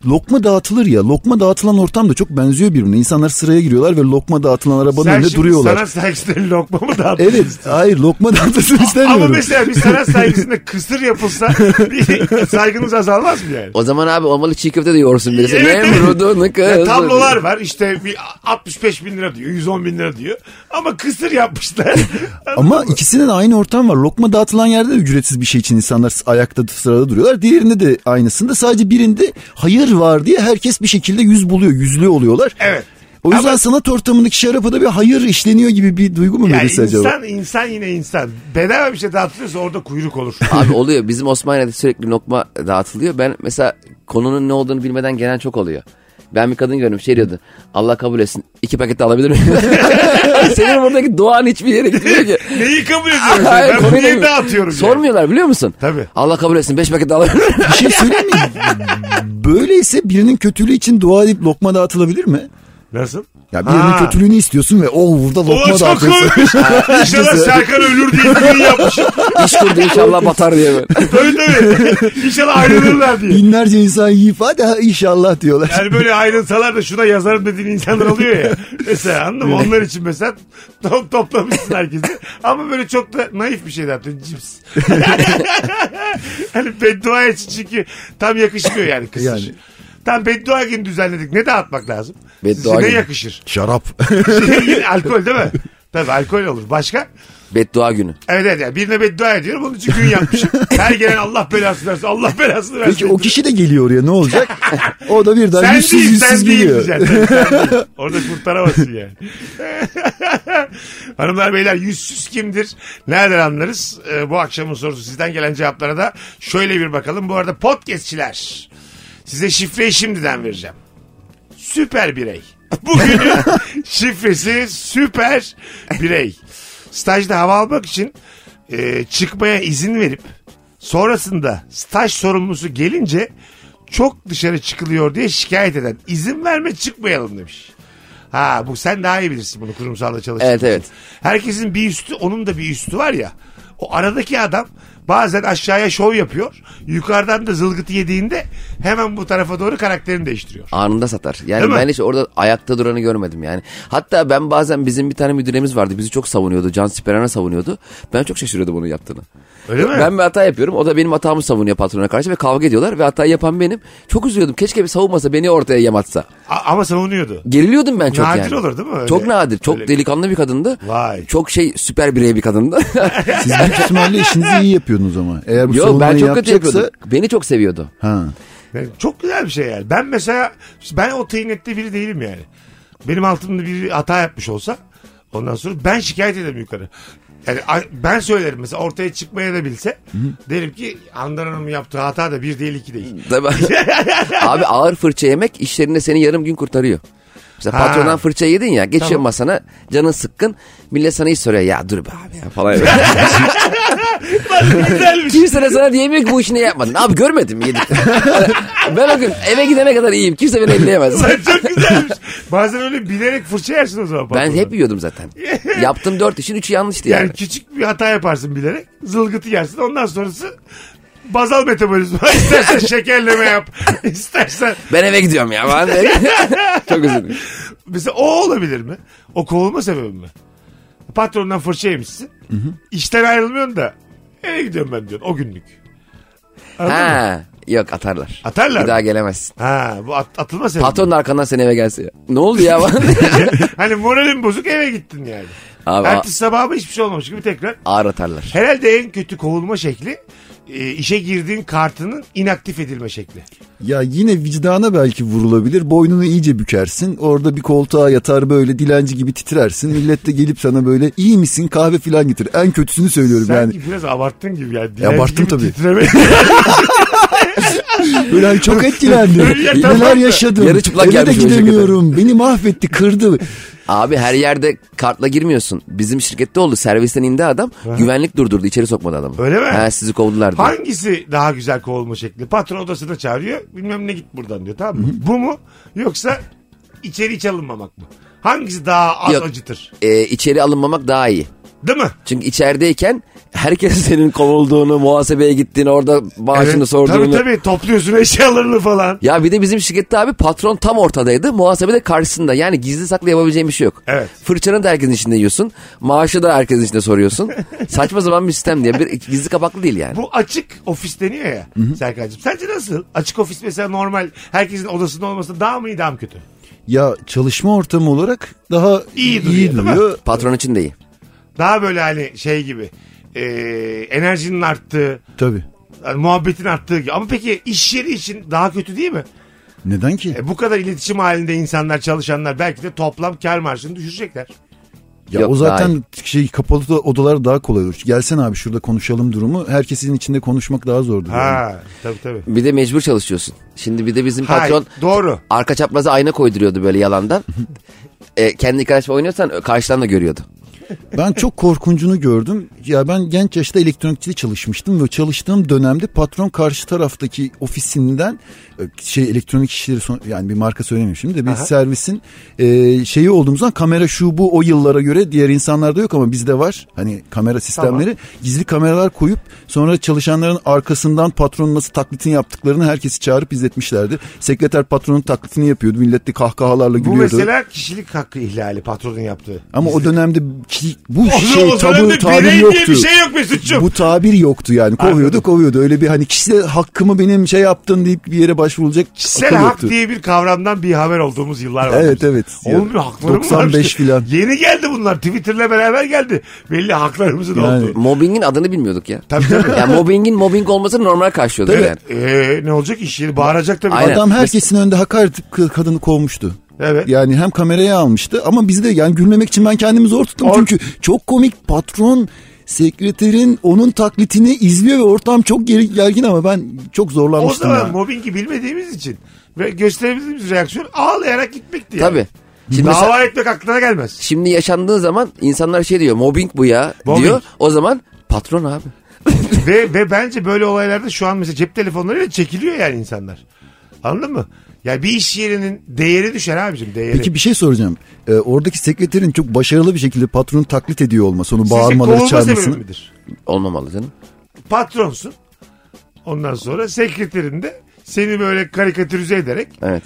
[SPEAKER 4] lokma dağıtılır ya lokma dağıtılan ortam da çok benziyor birbirine. İnsanlar sıraya giriyorlar ve lokma dağıtılan arabanın
[SPEAKER 3] Sen
[SPEAKER 4] önünde
[SPEAKER 3] şimdi
[SPEAKER 4] duruyorlar.
[SPEAKER 3] sanat sergisinde lokma mı dağıttın?
[SPEAKER 4] Evet hayır lokma dağıtılsın istemiyorum.
[SPEAKER 3] Ama mesela bir sanat sergisinde kısır yapılsa bir saygınız azalmaz mı yani?
[SPEAKER 5] O zaman abi olmalı çiğ köfte de yoğursun birisi.
[SPEAKER 3] Evet, evet.
[SPEAKER 5] Nemrud'un kızı.
[SPEAKER 3] Ya tablolar var işte bir 65 bin lira diyor 110 bin lira diyor ama kısır yapmışlar.
[SPEAKER 4] Ama ikisinde de aynı ortam var. Lokma dağıtılan yerde de ücretsiz bir şey için insanlar ayakta sırada duruyorlar. Diğerinde de aynısında sadece birinde hayır var diye herkes bir şekilde yüz buluyor, yüzlü oluyorlar.
[SPEAKER 3] Evet.
[SPEAKER 4] O yüzden sanat ortamındaki şarapa da bir hayır işleniyor gibi bir duygu mu
[SPEAKER 3] Yani
[SPEAKER 4] verirse
[SPEAKER 3] insan,
[SPEAKER 4] acaba?
[SPEAKER 3] insan yine insan. Bedava bir şey dağıtılıyorsa orada kuyruk olur.
[SPEAKER 5] Abi oluyor. Bizim Osmaniye'de sürekli lokma dağıtılıyor. Ben mesela konunun ne olduğunu bilmeden gelen çok oluyor. Ben bir kadın gördüm şey diyordu. Allah kabul etsin. iki paket de alabilir miyim? Senin buradaki doğan hiçbir yere gitmiyor ki.
[SPEAKER 3] Neyi kabul ediyorsun?
[SPEAKER 5] Hayır,
[SPEAKER 3] ben bunu
[SPEAKER 5] komik
[SPEAKER 3] niye
[SPEAKER 5] mi?
[SPEAKER 3] dağıtıyorum? yani?
[SPEAKER 5] Sormuyorlar biliyor musun?
[SPEAKER 3] Tabii.
[SPEAKER 5] Allah kabul etsin. Beş paket de alabilir miyim?
[SPEAKER 4] Bir şey söyleyeyim mi? Böyleyse birinin kötülüğü için dua edip lokma dağıtılabilir mi?
[SPEAKER 3] Nasıl?
[SPEAKER 4] Ya birinin
[SPEAKER 3] Ha.
[SPEAKER 4] kötülüğünü istiyorsun ve o burada
[SPEAKER 3] O
[SPEAKER 4] lokma
[SPEAKER 3] çok
[SPEAKER 4] dağıtıyorsun.
[SPEAKER 3] komikmiş. İnşallah Serkan ölür diye düğün yapmış.
[SPEAKER 5] İş kurdu inşallah batar diye böyle.
[SPEAKER 3] Tabii tabii. İnşallah ayrılırlar diye.
[SPEAKER 4] Binlerce insan yiyip hadi ha, inşallah diyorlar.
[SPEAKER 3] Yani böyle ayrılsalar da şuna yazarım dediğin insanlar oluyor ya. Mesela anladın mı? Onlar için mesela to- toplamışsın herkesi. Ama böyle çok da naif bir şey zaten. Cips. hani beddua için çünkü tam yakışmıyor yani kısır.
[SPEAKER 4] Yani.
[SPEAKER 3] Tam beddua günü düzenledik. Ne dağıtmak lazım?
[SPEAKER 5] Beddua
[SPEAKER 3] Size ne
[SPEAKER 5] günü.
[SPEAKER 3] yakışır?
[SPEAKER 4] Şarap.
[SPEAKER 3] Yine alkol değil mi? Tabii alkol olur. Başka?
[SPEAKER 5] Beddua günü.
[SPEAKER 3] Evet evet. Yani birine beddua ediyorum. Onun için gün yapmışım. Her gelen Allah belasını versin. Allah belasını versin.
[SPEAKER 4] Peki o kişi de geliyor oraya ne olacak? O da birden
[SPEAKER 3] Sen
[SPEAKER 4] yüzsüz
[SPEAKER 3] değil,
[SPEAKER 4] yüzsüz
[SPEAKER 3] sen değil
[SPEAKER 4] geliyor.
[SPEAKER 3] diyeceksin. Tabii sen değil. Orada kurtaramazsın yani. Hanımlar beyler yüzsüz kimdir? Nereden anlarız? Ee, bu akşamın sorusu sizden gelen cevaplara da şöyle bir bakalım. Bu arada podcastçiler size şifreyi şimdiden vereceğim. Süper birey. Bugünün şifresi süper birey. Stajda hava almak için e, çıkmaya izin verip sonrasında staj sorumlusu gelince çok dışarı çıkılıyor diye şikayet eden izin verme çıkmayalım demiş. Ha bu sen daha iyi bilirsin bunu kurumsalda çalıştığın
[SPEAKER 5] Evet,
[SPEAKER 3] için.
[SPEAKER 5] evet.
[SPEAKER 3] Herkesin bir üstü onun da bir üstü var ya. O aradaki adam bazen aşağıya şov yapıyor. Yukarıdan da zılgıtı yediğinde hemen bu tarafa doğru karakterini değiştiriyor.
[SPEAKER 5] Anında satar. Yani
[SPEAKER 3] Değil mi?
[SPEAKER 5] ben hiç orada ayakta duranı görmedim yani. Hatta ben bazen bizim bir tane müdüremiz vardı. Bizi çok savunuyordu. Can Siperana savunuyordu. Ben çok şaşırıyordum bunu yaptığını.
[SPEAKER 3] Öyle mi?
[SPEAKER 5] Ben bir hata yapıyorum. O da benim hatamı savunuyor patrona karşı ve kavga ediyorlar ve hata yapan benim. Çok üzülüyordum. Keşke bir savunmasa beni ortaya yamatsa.
[SPEAKER 3] A- ama savunuyordu.
[SPEAKER 5] Geriliyordum ben çok
[SPEAKER 3] Nadir
[SPEAKER 5] yani.
[SPEAKER 3] olur değil mi öyle?
[SPEAKER 5] Çok nadir. Çok
[SPEAKER 3] Öyle.
[SPEAKER 5] delikanlı bir kadındı.
[SPEAKER 3] Vay.
[SPEAKER 5] Çok şey süper birey bir kadındı.
[SPEAKER 4] Siz büyük ihtimalle işinizi iyi yapıyordunuz ama. Eğer bu
[SPEAKER 5] Yok ben
[SPEAKER 4] savunmayı
[SPEAKER 5] çok kötü
[SPEAKER 4] yapacaksa...
[SPEAKER 5] yapıyordum. Beni çok seviyordu.
[SPEAKER 4] Ha.
[SPEAKER 3] Yani çok güzel bir şey yani. Ben mesela ben o teynette biri değilim yani. Benim altımda biri hata yapmış olsa ondan sonra ben şikayet ederim yukarı. Yani a- ben söylerim mesela ortaya çıkmaya da bilse derim ki Andan Hanım'ın yaptığı hata da bir değil iki değil.
[SPEAKER 5] Tabii. Abi ağır fırça yemek işlerinde seni yarım gün kurtarıyor. Mesela
[SPEAKER 3] Ha.
[SPEAKER 5] patrondan fırça yedin ya geçiyor
[SPEAKER 3] Tamam.
[SPEAKER 5] masana canın sıkkın millet sana iş soruyor ya dur be abi ya falan.
[SPEAKER 3] Güzelmiş.
[SPEAKER 5] Kimse de sana diyemiyor ki bu işi niye yapmadın. Abi görmedim yedik. ben o gün eve gidene kadar iyiyim kimse beni elleyemez.
[SPEAKER 3] Ulan çok güzelmiş. Bazen öyle bilerek fırça yersin o zaman.
[SPEAKER 5] ben
[SPEAKER 3] patrondan.
[SPEAKER 5] hep yiyordum zaten. Yaptım dört işin üçü yanlıştı yani.
[SPEAKER 3] yani küçük bir hata yaparsın bilerek. Zılgıtı yersin. Ondan sonrası bazal metabolizma. İstersen şekerleme yap. İstersen
[SPEAKER 5] Ben eve gidiyorum ya. Ben de- Çok üzüldüm.
[SPEAKER 3] mesela o olabilir mi? O kovulma sebebi mi? Patronundan fırça yemişsin. İşten ayrılmıyorsun da eve gidiyorum ben diyorsun o günlük. Anladın mı?
[SPEAKER 5] Ha. Yok atarlar.
[SPEAKER 3] Atarlar
[SPEAKER 5] Bir daha
[SPEAKER 3] mı?
[SPEAKER 5] gelemezsin.
[SPEAKER 3] Ha bu at, atılma sebebi.
[SPEAKER 5] Patron da arkandan seni eve gelse. ya. Ne oldu ya?
[SPEAKER 3] hani moralin bozuk eve gittin yani.
[SPEAKER 5] Abi a-
[SPEAKER 3] Ertesi sabah ama hiçbir şey olmamış gibi tekrar.
[SPEAKER 5] ağır atarlar.
[SPEAKER 3] Herhalde en kötü kovulma şekli e, işe girdiğin kartının inaktif edilme şekli.
[SPEAKER 4] Ya yine vicdana belki vurulabilir. Boynunu iyice bükersin. Orada bir koltuğa yatar böyle dilenci gibi titrersin. Millet de gelip sana böyle iyi misin kahve falan getir. En kötüsünü söylüyorum
[SPEAKER 3] Sanki
[SPEAKER 4] yani.
[SPEAKER 3] biraz abarttın gibi yani.
[SPEAKER 4] E, abarttım
[SPEAKER 3] Dilenci gibi
[SPEAKER 4] tabii.
[SPEAKER 3] titreme.
[SPEAKER 4] Böyle hani çok etkilendim.
[SPEAKER 3] Ya tamam da-
[SPEAKER 4] Neler yaşadım.
[SPEAKER 5] Yarı çıplak
[SPEAKER 4] Eve de
[SPEAKER 5] gelmiş olacak
[SPEAKER 4] gidemiyorum. Beni mahvetti kırdı.
[SPEAKER 5] Abi her yerde kartla girmiyorsun. Bizim şirkette oldu. Servisten indi adam. Güvenlik durdurdu. içeri sokmadı adamı.
[SPEAKER 3] Öyle mi?
[SPEAKER 5] He, sizi kovdular diye.
[SPEAKER 3] Hangisi daha güzel kovulma şekli? Patron odasına çağırıyor. Bilmem ne git buradan diyor tamam mı? Bu mu? Yoksa içeri çalınmamak mı? Hangisi daha az
[SPEAKER 5] Yok.
[SPEAKER 3] acıtır?
[SPEAKER 5] Ee, içeri alınmamak daha iyi.
[SPEAKER 3] Değil mi?
[SPEAKER 5] Çünkü içerideyken herkes senin kovulduğunu, muhasebeye gittiğini, orada maaşını
[SPEAKER 3] Evet.
[SPEAKER 5] sorduğunu.
[SPEAKER 3] Tabii tabii topluyorsun eşyalarını falan.
[SPEAKER 5] Ya bir de bizim şirkette abi patron tam ortadaydı. Muhasebe de karşısında. Yani gizli saklı yapabileceğin bir şey yok.
[SPEAKER 3] Evet.
[SPEAKER 5] Fırçanı da herkesin içinde yiyorsun. Maaşı da herkesin içinde soruyorsun. Saçma zaman bir sistem diye. Bir, gizli kapaklı değil yani.
[SPEAKER 3] Bu açık ofis deniyor ya Serkan'cığım. Sence nasıl? Açık ofis mesela normal herkesin odasında olması daha mı iyi daha mı kötü?
[SPEAKER 4] Ya çalışma ortamı olarak daha
[SPEAKER 3] İyi
[SPEAKER 4] iyi,
[SPEAKER 3] duruyor, değil mi?
[SPEAKER 4] duruyor.
[SPEAKER 5] Patron için de iyi.
[SPEAKER 3] Daha böyle hani şey gibi e, enerjinin arttığı,
[SPEAKER 4] Tabii.
[SPEAKER 3] hani muhabbetin arttığı gibi. Ama peki iş yeri için daha kötü değil mi?
[SPEAKER 4] Neden ki?
[SPEAKER 3] E, bu kadar iletişim halinde insanlar çalışanlar belki de toplam kar marjını düşürecekler.
[SPEAKER 4] Ya
[SPEAKER 5] Yok,
[SPEAKER 4] o
[SPEAKER 5] daha
[SPEAKER 4] zaten şey kapalı da- odalar daha kolay olur. Gelsen abi şurada konuşalım durumu. Herkesin içinde konuşmak daha zordur. yani.
[SPEAKER 3] Ha tabii tabii.
[SPEAKER 5] Bir de mecbur çalışıyorsun. Şimdi bir de bizim
[SPEAKER 3] Hay,
[SPEAKER 5] patron
[SPEAKER 3] doğru.
[SPEAKER 5] arka çapraza ayna koyduruyordu böyle yalandan. e, kendi karşıma oynuyorsan ö, karşıdan da görüyordu.
[SPEAKER 4] Ben çok korkuncunu gördüm. Ya ben genç yaşta elektronikçide çalışmıştım ve çalıştığım dönemde patron karşı taraftaki ofisinden e, şey elektronik işleri son- yani bir marka söylemiyorum şimdi de bir servisin e, şeyi olduğumuzdan kamera şu bu o yıllara göre diğer insanlarda yok ama bizde var. Hani kamera sistemleri gizli kameralar koyup sonra çalışanların arkasından patronun nasıl taklitini yaptıklarını herkesi çağırıp izletmişlerdi. Sekreter patronun taklitini yapıyordu. Millet de kahkahalarla
[SPEAKER 3] Bu
[SPEAKER 4] gülüyordu.
[SPEAKER 3] mesela kişilik hakkı ihlali patronun yaptığı.
[SPEAKER 4] Ama o dönemde ki- bu
[SPEAKER 3] O
[SPEAKER 4] şey
[SPEAKER 3] zaman
[SPEAKER 4] tabu
[SPEAKER 3] dönemde
[SPEAKER 4] tabir
[SPEAKER 3] birey
[SPEAKER 4] yoktu.
[SPEAKER 3] diye bir şey yok Mesut'cum.
[SPEAKER 4] Bu tabir yoktu yani.
[SPEAKER 3] Anladım.
[SPEAKER 4] Kovuyordu kovuyordu. Öyle bir hani kişisel hakkımı benim şey yaptın deyip bir yere başvurulacak
[SPEAKER 3] Kişisel
[SPEAKER 4] akıl
[SPEAKER 3] hak
[SPEAKER 4] yoktu.
[SPEAKER 3] diye bir kavramdan bir haber olduğumuz yıllar var.
[SPEAKER 4] Evet,
[SPEAKER 3] bizim.
[SPEAKER 4] evet.
[SPEAKER 3] Oğlum bir haklarım
[SPEAKER 4] 95
[SPEAKER 3] varmış.
[SPEAKER 4] filan.
[SPEAKER 3] Yeni geldi bunlar. Twitter'la beraber geldi. Belli haklarımızın
[SPEAKER 4] Yani.
[SPEAKER 3] oldu.
[SPEAKER 5] Mobbingin adını bilmiyorduk ya.
[SPEAKER 3] Tabii tabii.
[SPEAKER 5] ya mobbingin mobbing olmasını normal karşılıyorduk yani.
[SPEAKER 3] Ee, ne olacak iş yeri bağıracak tabii.
[SPEAKER 5] Aynen.
[SPEAKER 4] Adam herkesin önünde hakaret edip kı- kadını kovmuştu.
[SPEAKER 3] Evet.
[SPEAKER 4] Yani hem kameraya almıştı ama biz de yani gülmemek için ben kendimi zor tuttum.
[SPEAKER 3] Or-
[SPEAKER 4] Çünkü çok komik patron sekreterin onun taklitini izliyor ve ortam çok geri- gergin ama ben çok
[SPEAKER 3] O
[SPEAKER 4] zorlanmıştım.
[SPEAKER 3] zaman
[SPEAKER 4] ya.
[SPEAKER 3] mobbingi bilmediğimiz için ve gösterebildiğimiz reaksiyon ağlayarak gitmekti. yani.
[SPEAKER 5] Tabii. Şimdi
[SPEAKER 3] Dava
[SPEAKER 5] mesela-
[SPEAKER 3] etmek aklına gelmez.
[SPEAKER 5] Şimdi yaşandığı zaman insanlar şey diyor mobbing bu ya
[SPEAKER 3] Mobbing.
[SPEAKER 5] diyor. O zaman patron abi.
[SPEAKER 3] ve, ve bence böyle olaylarda şu an mesela cep telefonlarıyla çekiliyor yani insanlar. Anladın mı? Ya bir iş yerinin değeri düşer abicim değeri.
[SPEAKER 4] Peki bir şey soracağım. Ee, oradaki sekreterin çok başarılı bir şekilde patronu taklit ediyor olması, onu
[SPEAKER 3] Sizce
[SPEAKER 4] bağırmaları,
[SPEAKER 3] kovulma
[SPEAKER 4] çağırmasını.
[SPEAKER 3] sebebi midir?
[SPEAKER 5] Olmamalı canım.
[SPEAKER 3] Patronsun. Ondan sonra sekreterin de seni böyle karikatürize ederek
[SPEAKER 5] Evet.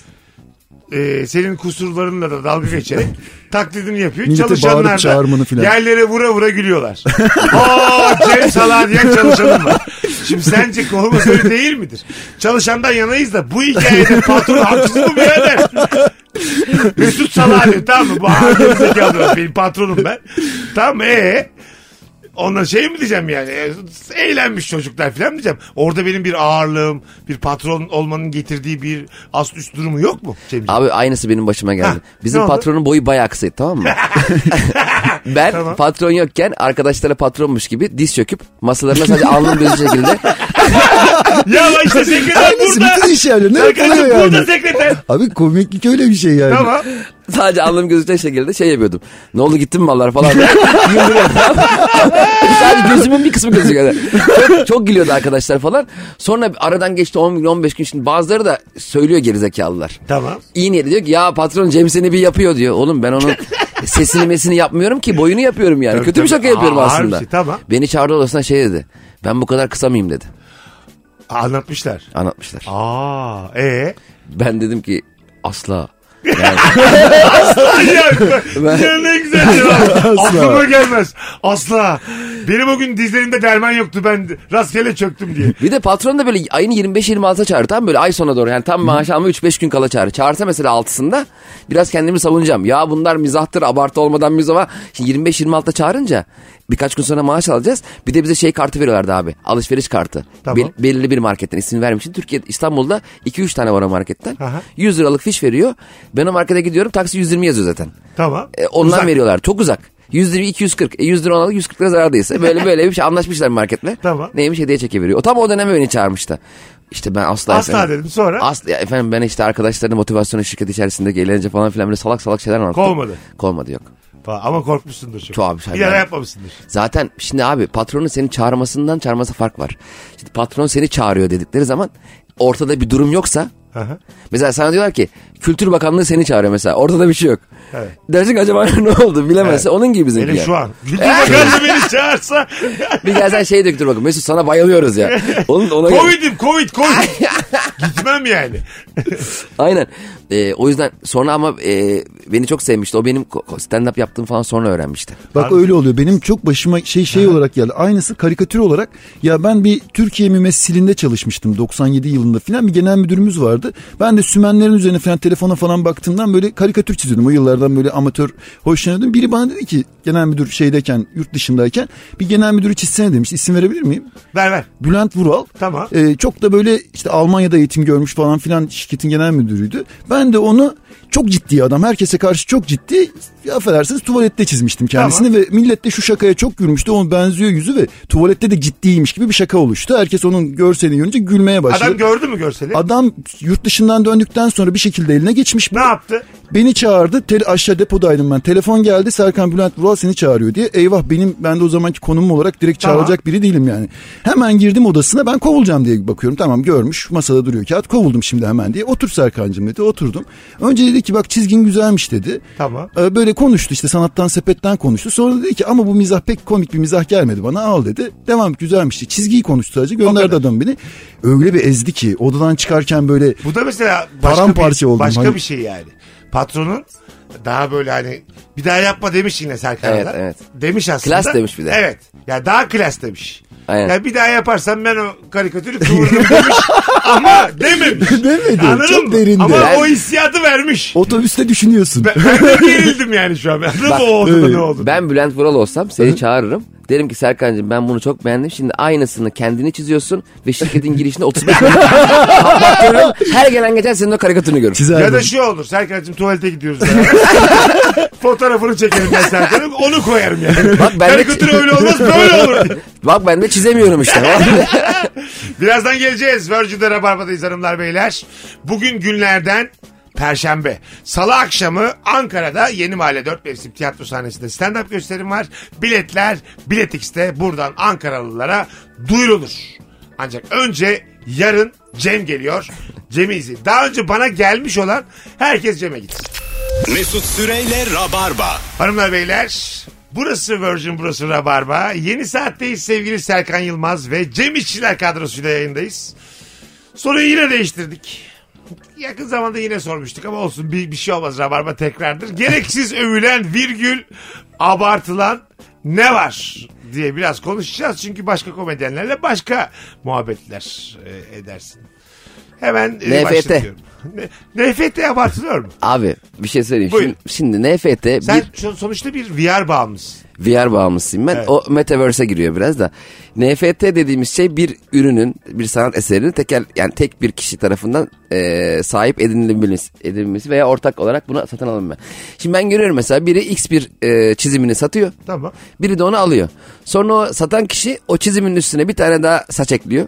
[SPEAKER 3] e, senin kusurlarınla da dalga geçerek taklidini yapıyor.
[SPEAKER 4] Millete
[SPEAKER 3] Çalışanlar da
[SPEAKER 4] bağırıp çağırmanı filan.
[SPEAKER 3] yerlere vura vura gülüyorlar. Oo Cem Salah diyen çalışanım var. Şimdi sence kovma sebebi değil midir? Çalışandan yanayız da bu hikayede patron haksız mı birader? Mesut Salah diyor tamam mı? Bu ağırlıktaki adam benim patronum ben. Tamam mı? Ee? Ondan şey mi diyeceğim yani e, eğlenmiş çocuklar falan mı diyeceğim. Orada benim bir ağırlığım, bir patron olmanın getirdiği bir ast üst durumu yok mu Cemciğim?
[SPEAKER 5] Abi aynısı benim başıma geldi.
[SPEAKER 3] Hah, ne
[SPEAKER 5] Bizim
[SPEAKER 3] oldu?
[SPEAKER 5] patronun boyu bayağı kısaydı tamam mı? ben
[SPEAKER 3] Tamam.
[SPEAKER 5] patron yokken arkadaşlara patronmuş gibi diz çöküp masalarına sadece alnım gözü şekilde
[SPEAKER 3] Ya ama işte sekreter
[SPEAKER 4] Aynısı
[SPEAKER 3] burada.
[SPEAKER 4] bütün iş yerlerinde
[SPEAKER 3] Sekreter
[SPEAKER 4] yapılıyor
[SPEAKER 3] burada
[SPEAKER 4] yani.
[SPEAKER 3] sekreter.
[SPEAKER 4] Abi komiklik öyle bir şey yani.
[SPEAKER 3] Tamam.
[SPEAKER 5] sadece alnım gözü şekilde şey yapıyordum. Ne oldu gittin mi mallar falan. diye. Güldürüyordum. sadece gözümün bir kısmı gözüküyordu. Çok, çok gülüyordu arkadaşlar falan. Sonra aradan geçti 10 gün 15 gün şimdi bazıları da söylüyor gerizekalılar.
[SPEAKER 3] Tamam.
[SPEAKER 5] iyi niyetli diyor ki ya patron Cem seni bir yapıyor diyor. Oğlum ben onun sesini mesini yapmıyorum ki boyunu yapıyorum yani.
[SPEAKER 3] Tabii,
[SPEAKER 5] Kötü bir
[SPEAKER 3] tabii.
[SPEAKER 5] şaka yapıyorum
[SPEAKER 3] Aa,
[SPEAKER 5] aslında.
[SPEAKER 3] harbisi, tamam.
[SPEAKER 5] Beni çağırdı odasına şey dedi. Ben bu kadar kısa mıyım dedi.
[SPEAKER 3] Anlatmışlar.
[SPEAKER 5] Anlatmışlar.
[SPEAKER 3] Aa, e
[SPEAKER 5] Ben dedim ki asla. Yani
[SPEAKER 3] Ya ne güzel cevap. Aklıma gelmez. Asla. Benim o gün dizlerimde derman yoktu ben rastgele çöktüm diye.
[SPEAKER 5] bir de patron da böyle ayın 25-26'a çağırır tam böyle ay sona doğru yani tam maaş alma 3-5 gün kala çağırır. Çağırsa mesela 6'sında biraz kendimi savunacağım. Ya bunlar mizahtır abartı olmadan mizah ama şimdi 25-26'da çağırınca birkaç gün sonra maaş alacağız. Bir de bize şey kartı veriyorlardı abi alışveriş kartı.
[SPEAKER 3] Tamam.
[SPEAKER 5] Bel- belirli bir marketten isim vermişim. Türkiye İstanbul'da 2-3 tane var o marketten.
[SPEAKER 3] Aha.
[SPEAKER 5] 100 liralık fiş veriyor. Ben o markete gidiyorum taksi 120 yazıyor zaten.
[SPEAKER 3] Tamam.
[SPEAKER 5] E, ondan
[SPEAKER 3] Uzak.
[SPEAKER 5] veriyorlar. Çok uzak. 120 240. E, 100 lira ona 140 lira zarardaysa böyle böyle bir şey anlaşmışlar marketle.
[SPEAKER 3] Tamam.
[SPEAKER 5] Neymiş hediye çekiveriyor. O tam o döneme beni çağırmıştı. İşte ben asla
[SPEAKER 3] Asla dedim, sonra?
[SPEAKER 5] Asla ya efendim ben işte arkadaşlarını motivasyonu şirket içerisindeki eğlence falan filan böyle salak salak şeyler anlattım.
[SPEAKER 3] Kovmadı.
[SPEAKER 5] Kovmadı yok.
[SPEAKER 3] Falan. Ama korkmuşsundur çok.
[SPEAKER 5] Çok abi,
[SPEAKER 3] Bir
[SPEAKER 5] sen
[SPEAKER 3] daha
[SPEAKER 5] ben-
[SPEAKER 3] yapmamışsındır.
[SPEAKER 5] Zaten şimdi abi patronun seni çağırmasından çağırması fark var. Şimdi patron seni çağırıyor dedikleri zaman ortada bir durum yoksa
[SPEAKER 3] Hı hı.
[SPEAKER 5] Mesela sana diyorlar ki Kültür Bakanlığı seni çağırıyor mesela. Ortada bir şey yok.
[SPEAKER 3] Evet.
[SPEAKER 5] Dersin ki acaba ne oldu bilemezsin. Onun gibi bizimki.
[SPEAKER 3] Benim
[SPEAKER 5] yani.
[SPEAKER 3] şu an. Gülce Bakanlı beni çağırsa.
[SPEAKER 5] Bir gelsen şey döktür bakın Mesut sana bayılıyoruz ya. Onun ona göre-
[SPEAKER 3] Covid'im Covid Covid. Gitmem yani.
[SPEAKER 5] Aynen. Ee, o yüzden sonra ama e, beni çok sevmişti. O benim ko- ko- stand-up yaptığım falan sonra öğrenmişti.
[SPEAKER 4] Bak öyle oluyor. Benim çok başıma şey şey olarak geldi. Aynısı karikatür olarak. Ya ben bir Türkiye mümessilinde çalışmıştım 97 yılında filan. Bir genel müdürümüz vardı. Ben de sümenlerin üzerine falan telefona falan baktığımdan böyle karikatür çiziyordum. O yıllardan böyle amatör hoşlanıyordum. Biri bana dedi ki genel müdür şeydeyken yurt dışındayken bir genel müdürü çizsene demiş. İsim verebilir miyim?
[SPEAKER 3] Ver ver.
[SPEAKER 4] Bülent Vural.
[SPEAKER 3] Tamam.
[SPEAKER 4] Ee, çok da böyle işte Almanya'da eğitim görmüş falan filan şirketin genel müdürüydü. Ben de onu çok ciddi adam. Herkese karşı çok ciddi. Affedersiniz tuvalette çizmiştim kendisini ve millet de şu şakaya çok gülmüştü. Onun benziyor yüzü ve tuvalette de ciddiymiş gibi bir şaka oluştu. Herkes onun görselini görünce gülmeye başladı.
[SPEAKER 3] Adam gördü mü görseli?
[SPEAKER 4] Adam yurt dışından döndükten sonra bir şekilde eline geçmiş.
[SPEAKER 3] ne yaptı?
[SPEAKER 4] Beni çağırdı. Tel aşağı depodaydım ben. Telefon geldi. Serkan Bülent Vural seni çağırıyor diye. Eyvah benim ben de o zamanki konumum olarak direkt
[SPEAKER 3] Tamam.
[SPEAKER 4] çağrılacak biri değilim yani. Hemen girdim odasına. Ben kovulacağım diye bakıyorum. Tamam görmüş. Masada duruyor kağıt. Kovuldum şimdi hemen diye. Otur Serkan'cığım dedi. Oturdum. Önce dedi ki bak çizgin güzelmiş dedi.
[SPEAKER 3] Tamam.
[SPEAKER 4] Ee, Böyle konuştu işte sanattan sepetten konuştu. Sonra dedi ki ama bu mizah pek komik bir mizah gelmedi bana al dedi. Devam güzelmişti. Çizgiyi konuştu sadece gönderdi adam beni. Öyle bir ezdi ki odadan çıkarken böyle
[SPEAKER 3] Bu da mesela başka
[SPEAKER 4] Paramparça
[SPEAKER 3] bir,
[SPEAKER 4] oldum,
[SPEAKER 3] başka
[SPEAKER 4] hani.
[SPEAKER 3] bir şey yani. Patronun daha böyle hani bir daha yapma demiş yine Serkan'a.
[SPEAKER 5] Evet,
[SPEAKER 3] da.
[SPEAKER 5] evet.
[SPEAKER 3] Demiş aslında.
[SPEAKER 5] Klas demiş bir de.
[SPEAKER 3] Evet. Ya daha klas demiş.
[SPEAKER 5] Aynen.
[SPEAKER 3] Ya bir daha yaparsan ben o karikatürü kıvırırım demiş. ama dememiş.
[SPEAKER 4] Demedi,
[SPEAKER 3] Anladın
[SPEAKER 4] çok
[SPEAKER 3] mı?
[SPEAKER 4] derindi.
[SPEAKER 3] Ama
[SPEAKER 5] Ben-
[SPEAKER 3] o hissiyatı vermiş.
[SPEAKER 4] otobüste düşünüyorsun.
[SPEAKER 3] Ben, ben de gerildim yani şu an. Anladın mı o oldu da ne oldu?
[SPEAKER 5] Ben Bülent Vural olsam seni çağırırım. Derim ki Serkan'cığım ben bunu çok beğendim. Şimdi aynısını kendini çiziyorsun ve şirketin girişinde 35 bin Baktırırım. Her gelen geçen senin o karikatürünü görür.
[SPEAKER 4] Çizerdim.
[SPEAKER 3] Ya da şu olur. Serkan'cığım tuvalete gidiyoruz. beraber. Fotoğrafını çekerim ben Serkan'ın. Onu koyarım yani.
[SPEAKER 5] Bak ben de-
[SPEAKER 3] Karikatür öyle olmaz böyle olur. diye.
[SPEAKER 5] Bak ben de çizemiyorum işte.
[SPEAKER 3] Birazdan geleceğiz. Virgin'de Rabarba'dayız hanımlar beyler. Bugün günlerden Perşembe. Salı akşamı Ankara'da Yeni Mahalle 4 Mevsim Tiyatro sahnesinde stand-up gösterim var. Biletler Biletix'te buradan Ankaralılara duyurulur. Ancak önce yarın Cem geliyor. Cem'i izleyin. Daha önce bana gelmiş olan herkes Cem'e gitsin.
[SPEAKER 2] Mesut Süreyle Rabarba.
[SPEAKER 3] Hanımlar beyler burası Virgin burası Rabarba. Yeni saatteyiz sevgili Serkan Yılmaz ve Cem İşçiler kadrosuyla yayındayız. Soruyu yine değiştirdik. Yakın zamanda yine sormuştuk ama olsun bir, bir şey olmaz Rabarba tekrardır. Gereksiz övülen virgül abartılan ne var diye biraz konuşacağız. Çünkü başka komedyenlerle başka muhabbetler e, edersin. Hemen e,
[SPEAKER 5] NFT.
[SPEAKER 3] başlatıyorum. Ne- NFT abartılıyor mu?
[SPEAKER 5] Abi bir şey söyleyeyim.
[SPEAKER 3] Buyurun.
[SPEAKER 5] Şimdi, şimdi NFT
[SPEAKER 3] Sen
[SPEAKER 5] bir
[SPEAKER 3] şu- sonuçta bir VR bağımlısın.
[SPEAKER 5] VR bağımlısıyım ben.
[SPEAKER 3] Evet.
[SPEAKER 5] O metaverse'e giriyor biraz da. NFT dediğimiz şey bir ürünün, bir sanat eserinin tekel yani tek bir kişi tarafından eee, sahip edinilebilmesi, edinilmesi veya ortak olarak buna satın alınma. Şimdi ben görüyorum mesela biri X bir eee, çizimini satıyor.
[SPEAKER 3] Tamam.
[SPEAKER 5] Biri de onu alıyor. Sonra o satan kişi o çizimin üstüne bir tane daha saç ekliyor.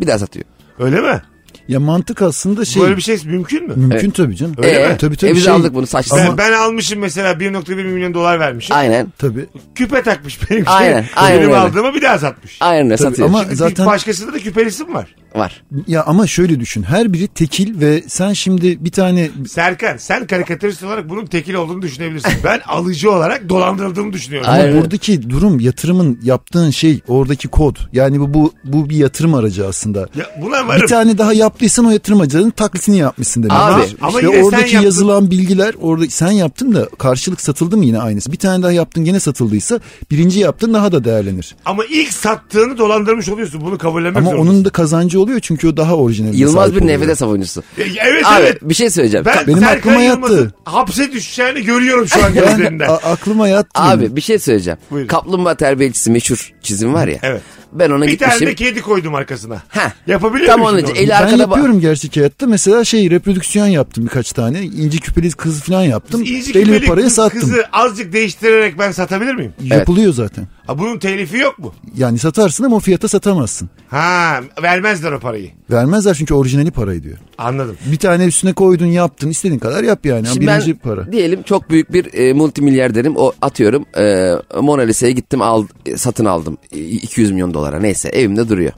[SPEAKER 5] Bir daha satıyor.
[SPEAKER 3] Öyle mi?
[SPEAKER 4] Ya mantık aslında şey
[SPEAKER 3] Böyle bir şey mümkün mü?
[SPEAKER 4] mümkün tabii canım.
[SPEAKER 5] Ee,
[SPEAKER 4] tabii tabii.
[SPEAKER 5] e biz
[SPEAKER 4] şey-
[SPEAKER 5] aldık bunu saçlı.
[SPEAKER 3] Ben,
[SPEAKER 4] Ama-
[SPEAKER 3] ben almışım mesela 1.1 milyon dolar vermişim.
[SPEAKER 5] Aynen.
[SPEAKER 4] Tabii.
[SPEAKER 3] Küpe takmış benim
[SPEAKER 5] Aynen,
[SPEAKER 3] şey.
[SPEAKER 5] aynen
[SPEAKER 3] benim
[SPEAKER 5] öyle.
[SPEAKER 3] aldığımı bir daha satmış.
[SPEAKER 5] Aynen
[SPEAKER 4] Tabii
[SPEAKER 5] satıyor.
[SPEAKER 4] ama
[SPEAKER 3] Şimdi bir
[SPEAKER 4] zaten
[SPEAKER 3] başkasında da küpelisi mi var?
[SPEAKER 5] Var.
[SPEAKER 4] Ya ama şöyle düşün. Her biri tekil ve sen şimdi bir tane
[SPEAKER 3] Serkan sen karikatürist olarak bunun tekil olduğunu düşünebilirsin. Ben alıcı olarak dolandırıldığımı düşünüyorum.
[SPEAKER 4] Ama
[SPEAKER 5] Aynen.
[SPEAKER 4] buradaki durum yatırımın yaptığın şey oradaki kod. Yani bu bu, bu bir yatırım aracı aslında.
[SPEAKER 3] Ya buna varım.
[SPEAKER 4] Bir tane daha yaptıysan o yatırım aracının taklitini yapmışsın demek.
[SPEAKER 5] Abi,
[SPEAKER 4] işte
[SPEAKER 3] ama yine sen
[SPEAKER 4] oradaki
[SPEAKER 3] yaptın.
[SPEAKER 4] yazılan bilgiler orada sen yaptın da karşılık satıldı mı yine aynısı. Bir tane daha yaptın gene satıldıysa birinci yaptın daha da değerlenir.
[SPEAKER 3] Ama ilk sattığını dolandırmış oluyorsun. Bunu kabullenmek
[SPEAKER 4] Ama
[SPEAKER 3] zorundasın.
[SPEAKER 4] onun da kazancı oluyor çünkü o daha orijinal.
[SPEAKER 5] Yılmaz bir nefede savunucusu.
[SPEAKER 3] E, Evet
[SPEAKER 5] Abi
[SPEAKER 3] evet.
[SPEAKER 5] bir şey söyleyeceğim.
[SPEAKER 3] Ben
[SPEAKER 4] Benim
[SPEAKER 3] Serkan
[SPEAKER 4] aklıma
[SPEAKER 3] Yılmaz'ın
[SPEAKER 4] yattı.
[SPEAKER 3] hapse düşeceğini görüyorum şu an
[SPEAKER 4] ben,
[SPEAKER 3] gözlerinden.
[SPEAKER 4] a- aklıma yattı.
[SPEAKER 5] Abi bir şey söyleyeceğim.
[SPEAKER 3] Buyurun.
[SPEAKER 5] Kaplumbağa terbiyecisi meşhur çizim var ya.
[SPEAKER 3] Evet.
[SPEAKER 5] Ben ona
[SPEAKER 3] Bir tane
[SPEAKER 5] gitmişim.
[SPEAKER 3] de kedi koydum arkasına.
[SPEAKER 5] Ha.
[SPEAKER 3] Yapabiliyor
[SPEAKER 5] Tam
[SPEAKER 3] musun
[SPEAKER 5] onun için
[SPEAKER 3] onu?
[SPEAKER 5] eli
[SPEAKER 4] ben
[SPEAKER 5] arkada ba-
[SPEAKER 4] yapıyorum gerçek hayatta. Mesela şey reprodüksiyon yaptım birkaç tane. İnci küpeli kız falan yaptım.
[SPEAKER 3] İnci
[SPEAKER 4] Belli bir
[SPEAKER 3] küpeli
[SPEAKER 4] paraya
[SPEAKER 3] kız-
[SPEAKER 4] sattım.
[SPEAKER 3] kızı azıcık değiştirerek ben satabilir miyim?
[SPEAKER 4] Yapılıyor zaten.
[SPEAKER 3] Ha, bunun telifi yok mu?
[SPEAKER 4] Yani satarsın ama o fiyata satamazsın.
[SPEAKER 3] Ha vermezler o parayı.
[SPEAKER 4] Vermezler çünkü orijinali parayı diyor.
[SPEAKER 3] Anladım.
[SPEAKER 4] Bir tane üstüne koydun yaptın istediğin kadar yap yani.
[SPEAKER 5] Şimdi
[SPEAKER 4] Birinci
[SPEAKER 5] ben
[SPEAKER 4] para.
[SPEAKER 5] diyelim çok büyük bir e, multimilyarderim. O atıyorum e, Mona Lisa'ya gittim al, e, satın aldım. E, 200 milyon dolara neyse evimde duruyor.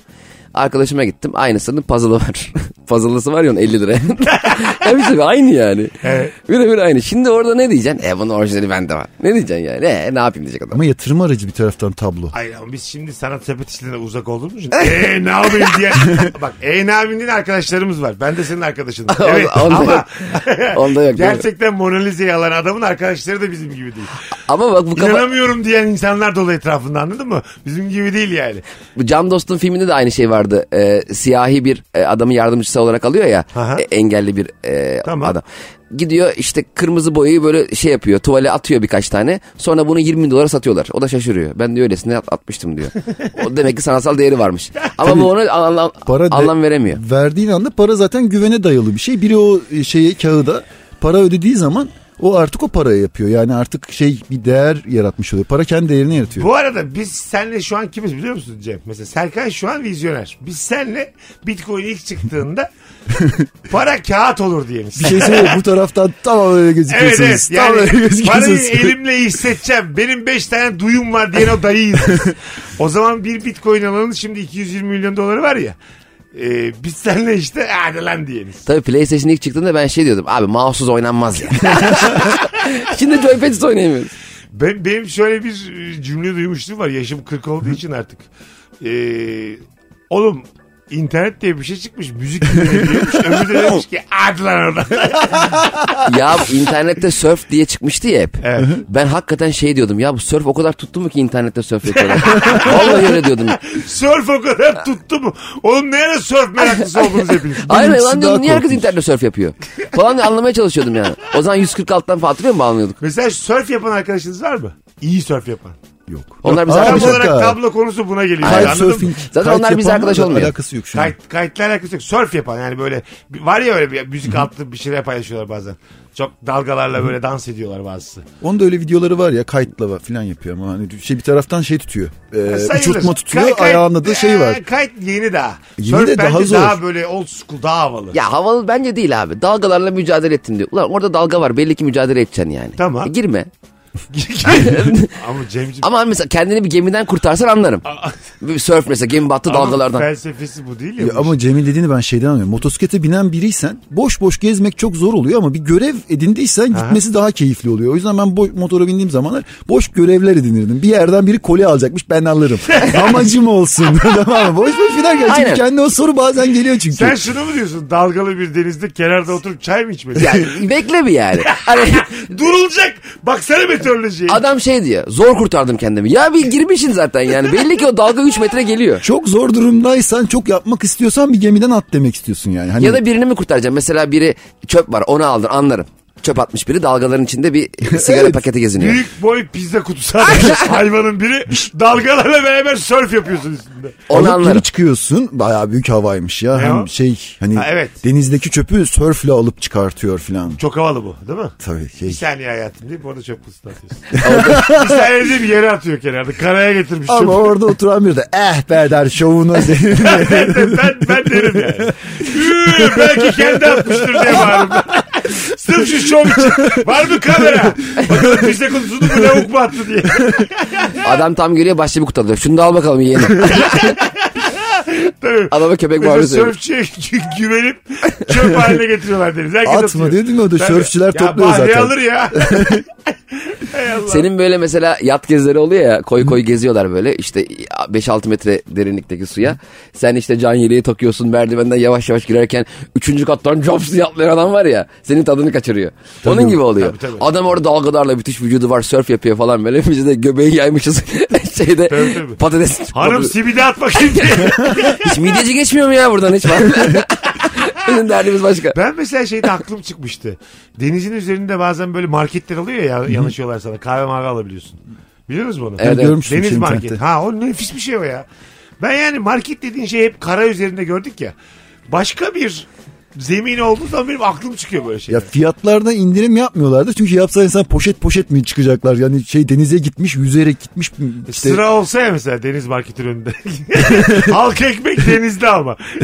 [SPEAKER 5] Arkadaşıma gittim aynısının puzzle'ı var. Puzzle'lısı var ya onun 50 liraya. Hepsi bir aynı yani.
[SPEAKER 3] Evet.
[SPEAKER 5] Birebir aynı. Şimdi orada ne diyeceksin? E bunun orijinali bende var. Ne diyeceksin yani? E, ne yapayım diyecek adam.
[SPEAKER 4] Ama yatırım aracı bir taraftan tablo.
[SPEAKER 3] Hayır ama biz şimdi sanat sepet işlerine uzak olduğumuz için eee ne yapayım diye. Bak eee ne yapayım diye arkadaşlarımız var. Ben de senin arkadaşınım. Evet
[SPEAKER 5] Onda-
[SPEAKER 3] ama
[SPEAKER 5] onda yok, değil mi?
[SPEAKER 3] gerçekten Mona Lisa'yı alan adamın arkadaşları da bizim gibi değil.
[SPEAKER 5] Ama bak bu kafa,
[SPEAKER 3] İnanamıyorum diyen insanlar dolu etrafında anladın mı? Bizim gibi değil yani.
[SPEAKER 5] Bu Can Dost'un filminde de aynı şey vardı. Ee, siyahi bir e, adamı yardımcısı olarak alıyor ya.
[SPEAKER 3] Aha.
[SPEAKER 5] e, engelli bir e,
[SPEAKER 3] Tamam.
[SPEAKER 5] adam. Gidiyor işte kırmızı boyayı böyle şey yapıyor. Tuvale atıyor birkaç tane. Sonra bunu 20 bin dolara satıyorlar. O da şaşırıyor. Ben diyor öylesine at- atmıştım diyor. o demek ki sanatsal değeri varmış. Ama bu ona anlam,
[SPEAKER 4] Para de-
[SPEAKER 5] anlam veremiyor.
[SPEAKER 4] Verdiğin anda para zaten güvene dayalı bir şey. Biri o e, şeye kağıda para ödediği zaman o artık o parayı yapıyor. Yani artık şey bir değer yaratmış oluyor. Para kendi değerini yaratıyor.
[SPEAKER 3] Bu arada biz senle şu an kimiz biliyor musun Cem? Mesela Serkan şu an vizyoner. Biz senle Bitcoin ilk çıktığında para kağıt olur diyelim.
[SPEAKER 4] Bir şey söyleyeyim bu taraftan tam öyle
[SPEAKER 3] Evet
[SPEAKER 4] gözüküyorsunuz.
[SPEAKER 3] evet.
[SPEAKER 4] Tam
[SPEAKER 3] Yani
[SPEAKER 4] öyle
[SPEAKER 3] parayı
[SPEAKER 4] gözüküyorsunuz.
[SPEAKER 3] elimle hissedeceğim. Benim 5 tane duyum var diyen o dayıyız. o zaman bir bitcoin alanın şimdi 220 milyon doları var ya. Ee, biz seninle işte hadi lan diyeniz.
[SPEAKER 5] Tabii PlayStation ilk çıktığında ben şey diyordum. Abi mouse'suz oynanmaz ya. Şimdi joypad'siz oynayamıyoruz.
[SPEAKER 3] Ben, benim şöyle bir e, cümle duymuşluğum var. Yaşım 40 olduğu için artık. Ee, oğlum internet diye bir şey çıkmış. Müzik dinleyebiliyormuş. Öbürü de demiş ki hadi lan oradan.
[SPEAKER 5] ya internette surf diye çıkmıştı ya hep.
[SPEAKER 3] Evet.
[SPEAKER 5] Ben hakikaten şey diyordum ya bu surf o kadar tuttu mu ki internette surf yapıyorlar. Vallahi öyle diyordum.
[SPEAKER 3] Surf o kadar tuttu mu? Oğlum ne ara surf meraklısı oldunuz hepiniz?
[SPEAKER 5] Hayır
[SPEAKER 4] Benimkisi
[SPEAKER 5] lan
[SPEAKER 4] daha
[SPEAKER 5] diyordum niye herkes
[SPEAKER 4] korkunç.
[SPEAKER 5] internette surf yapıyor? Falan diye anlamaya çalışıyordum yani. O zaman 146'dan falan hatırlıyor musun anlıyorduk?
[SPEAKER 3] Mesela surf yapan arkadaşınız var mı? İyi surf yapan.
[SPEAKER 5] Onlar biz
[SPEAKER 4] Aa,
[SPEAKER 5] arkadaş
[SPEAKER 3] Tam
[SPEAKER 4] bir
[SPEAKER 3] olarak
[SPEAKER 4] dakika.
[SPEAKER 3] tablo konusu buna geliyor.
[SPEAKER 5] Kite
[SPEAKER 3] Yani
[SPEAKER 4] Kite
[SPEAKER 3] anladın mı?
[SPEAKER 4] surfing.
[SPEAKER 5] Zaten onlar biz
[SPEAKER 4] yapanla
[SPEAKER 5] arkadaş
[SPEAKER 4] da
[SPEAKER 5] olmuyor.
[SPEAKER 4] Alakası yok şu an.
[SPEAKER 3] Kayıt, kayıtla alakası yok. Surf yapan yani böyle bir- var ya öyle bir müzik altlı bir şeyler paylaşıyorlar bazen. Çok dalgalarla böyle dans ediyorlar bazısı.
[SPEAKER 4] Onun da öyle videoları var ya kayıtla filan yapıyor ama hani şey bir taraftan şey tutuyor. Ee,
[SPEAKER 3] E, Sayılır.
[SPEAKER 4] uçurtma tutuyor
[SPEAKER 3] Kay- kay-
[SPEAKER 4] ayağında da şey var.
[SPEAKER 3] Ee, Kayıt yeni daha.
[SPEAKER 4] Yeni
[SPEAKER 3] surf
[SPEAKER 4] de
[SPEAKER 3] bence
[SPEAKER 4] daha zor.
[SPEAKER 3] daha böyle old school daha havalı.
[SPEAKER 5] Ya havalı bence değil abi. Dalgalarla mücadele ettim diyor. Ulan orada dalga var belli ki mücadele edeceksin yani.
[SPEAKER 3] Tamam.
[SPEAKER 5] E, girme.
[SPEAKER 3] Ama Cemciğim
[SPEAKER 5] Ama mesela kendini bir gemiden kurtarsan anlarım. Bir surf mesela gemi battı
[SPEAKER 3] ama
[SPEAKER 5] dalgalardan.
[SPEAKER 3] felsefesi bu değil ya.
[SPEAKER 4] Ya
[SPEAKER 3] bu
[SPEAKER 4] ama Cemil dediğini ben şeyden anlıyorum. Motosiklete binen biriysen boş boş gezmek çok zor oluyor ama bir görev edindiysen gitmesi daha keyifli oluyor. O yüzden ben boş, motora bindiğim zamanlar boş görevler edinirdim. Bir yerden biri kolye alacakmış ben alırım. Amacım olsun. tamam mı? Boş boş binerken çünkü
[SPEAKER 5] Aynen.
[SPEAKER 4] kendi o soru bazen geliyor çünkü.
[SPEAKER 3] Sen şunu mu diyorsun? Dalgalı bir denizde kenarda oturup çay mı içmedin?
[SPEAKER 5] Yani bekle bir yani. Hani
[SPEAKER 3] Durulacak. Baksana meteorolojiye.
[SPEAKER 5] Adam şey diyor zor kurtardım kendimi. Ya bir girmişsin zaten yani belli ki o dalga 3 metre geliyor.
[SPEAKER 4] Çok zor durumdaysan çok yapmak istiyorsan bir gemiden at demek istiyorsun yani. Hani
[SPEAKER 5] Ya da birini mi kurtaracağım? Mesela biri çöp var onu aldın anlarım. Çöp atmış biri dalgaların içinde bir sigara
[SPEAKER 4] Evet.
[SPEAKER 5] paketi geziniyor.
[SPEAKER 3] Büyük boy pizza kutusu atmış hayvanın biri. Dalgalarla beraber surf yapıyorsun üstünde.
[SPEAKER 5] Onu
[SPEAKER 4] Alıp geri
[SPEAKER 5] anlarım.
[SPEAKER 4] çıkıyorsun. Bayağı büyük havaymış ya.
[SPEAKER 3] Ne
[SPEAKER 4] Hem
[SPEAKER 3] o?
[SPEAKER 4] şey hani
[SPEAKER 3] Ha, evet.
[SPEAKER 4] denizdeki çöpü sörfle alıp çıkartıyor filan.
[SPEAKER 3] Çok havalı bu değil mi?
[SPEAKER 4] Tabii
[SPEAKER 3] Bir
[SPEAKER 4] şey.
[SPEAKER 3] saniye hayatım deyip orada çöp kutusuna atıyorsun. bir saniye deyip yere atıyor kenarda. Karaya getirmiş
[SPEAKER 4] Ama
[SPEAKER 3] çöpü.
[SPEAKER 4] orada oturan biri de eh Berder şovunu
[SPEAKER 3] ben, de- ben, ben derim yani. Üü, belki kendi atmıştır diye bağırırım. Sırf şu şov için. Var mı kamera? Bakın pizza kutusunu bu lavuk mu attı diye.
[SPEAKER 5] Adam tam geliyor başta bir kurtarıyor. Şunu da al bakalım yeğenim.
[SPEAKER 3] Tabii.
[SPEAKER 5] Adama köpek
[SPEAKER 3] Mesela
[SPEAKER 5] bağırıyorsun.
[SPEAKER 3] sörfçüye gü- güvenip çöp haline getiriyorlar deniz. Herkes
[SPEAKER 4] Atma
[SPEAKER 3] atıyor.
[SPEAKER 4] diyordun ya, o da
[SPEAKER 3] Tabii.
[SPEAKER 4] sörfçüler topluyor
[SPEAKER 3] Ya bahane
[SPEAKER 4] zaten.
[SPEAKER 3] alır ya. Hay Allah.
[SPEAKER 5] Senin böyle mesela yat gezileri oluyor ya koy koy geziyorlar böyle işte 5-6 metre derinlikteki suya. Sen işte can yeleği takıyorsun merdivenden yavaş yavaş girerken 3. kattan cops diye atlayan adam var ya senin tadını kaçırıyor. Onun gibi oluyor.
[SPEAKER 3] Tabii, tabii.
[SPEAKER 5] Adam orada dalgalarla müthiş vücudu var sörf yapıyor falan böyle biz de göbeği yaymışız şeyde
[SPEAKER 3] Tabii, tabii.
[SPEAKER 5] patates.
[SPEAKER 3] Hanım
[SPEAKER 5] patates-
[SPEAKER 3] simidi at bakayım diye.
[SPEAKER 5] hiç midyeci geçmiyor mu ya buradan hiç Bizim derdimiz başka.
[SPEAKER 3] Ben mesela şeyde aklım çıkmıştı. Denizin üzerinde bazen böyle marketler alıyor ya yanışıyorlar sana. Kahve mavi alabiliyorsun. Biliyor musunuz bunu?
[SPEAKER 5] Evet, evet.
[SPEAKER 4] görmüştüm
[SPEAKER 3] Deniz
[SPEAKER 4] şimdi
[SPEAKER 3] market.
[SPEAKER 4] internette.
[SPEAKER 3] Ha o nefis bir şey o ya. Ben yani market dediğin şey hep kara üzerinde gördük ya. Başka bir zemin olduğu zaman benim aklım çıkıyor böyle
[SPEAKER 4] Ya
[SPEAKER 3] şeyler.
[SPEAKER 4] fiyatlarda indirim yapmıyorlardı. Çünkü yapsa insan poşet poşet mi çıkacaklar? Yani şey denize gitmiş, yüzerek gitmiş. işte
[SPEAKER 3] Sıra olsa ya mesela deniz marketin önünde. Halk ekmek denizde ama.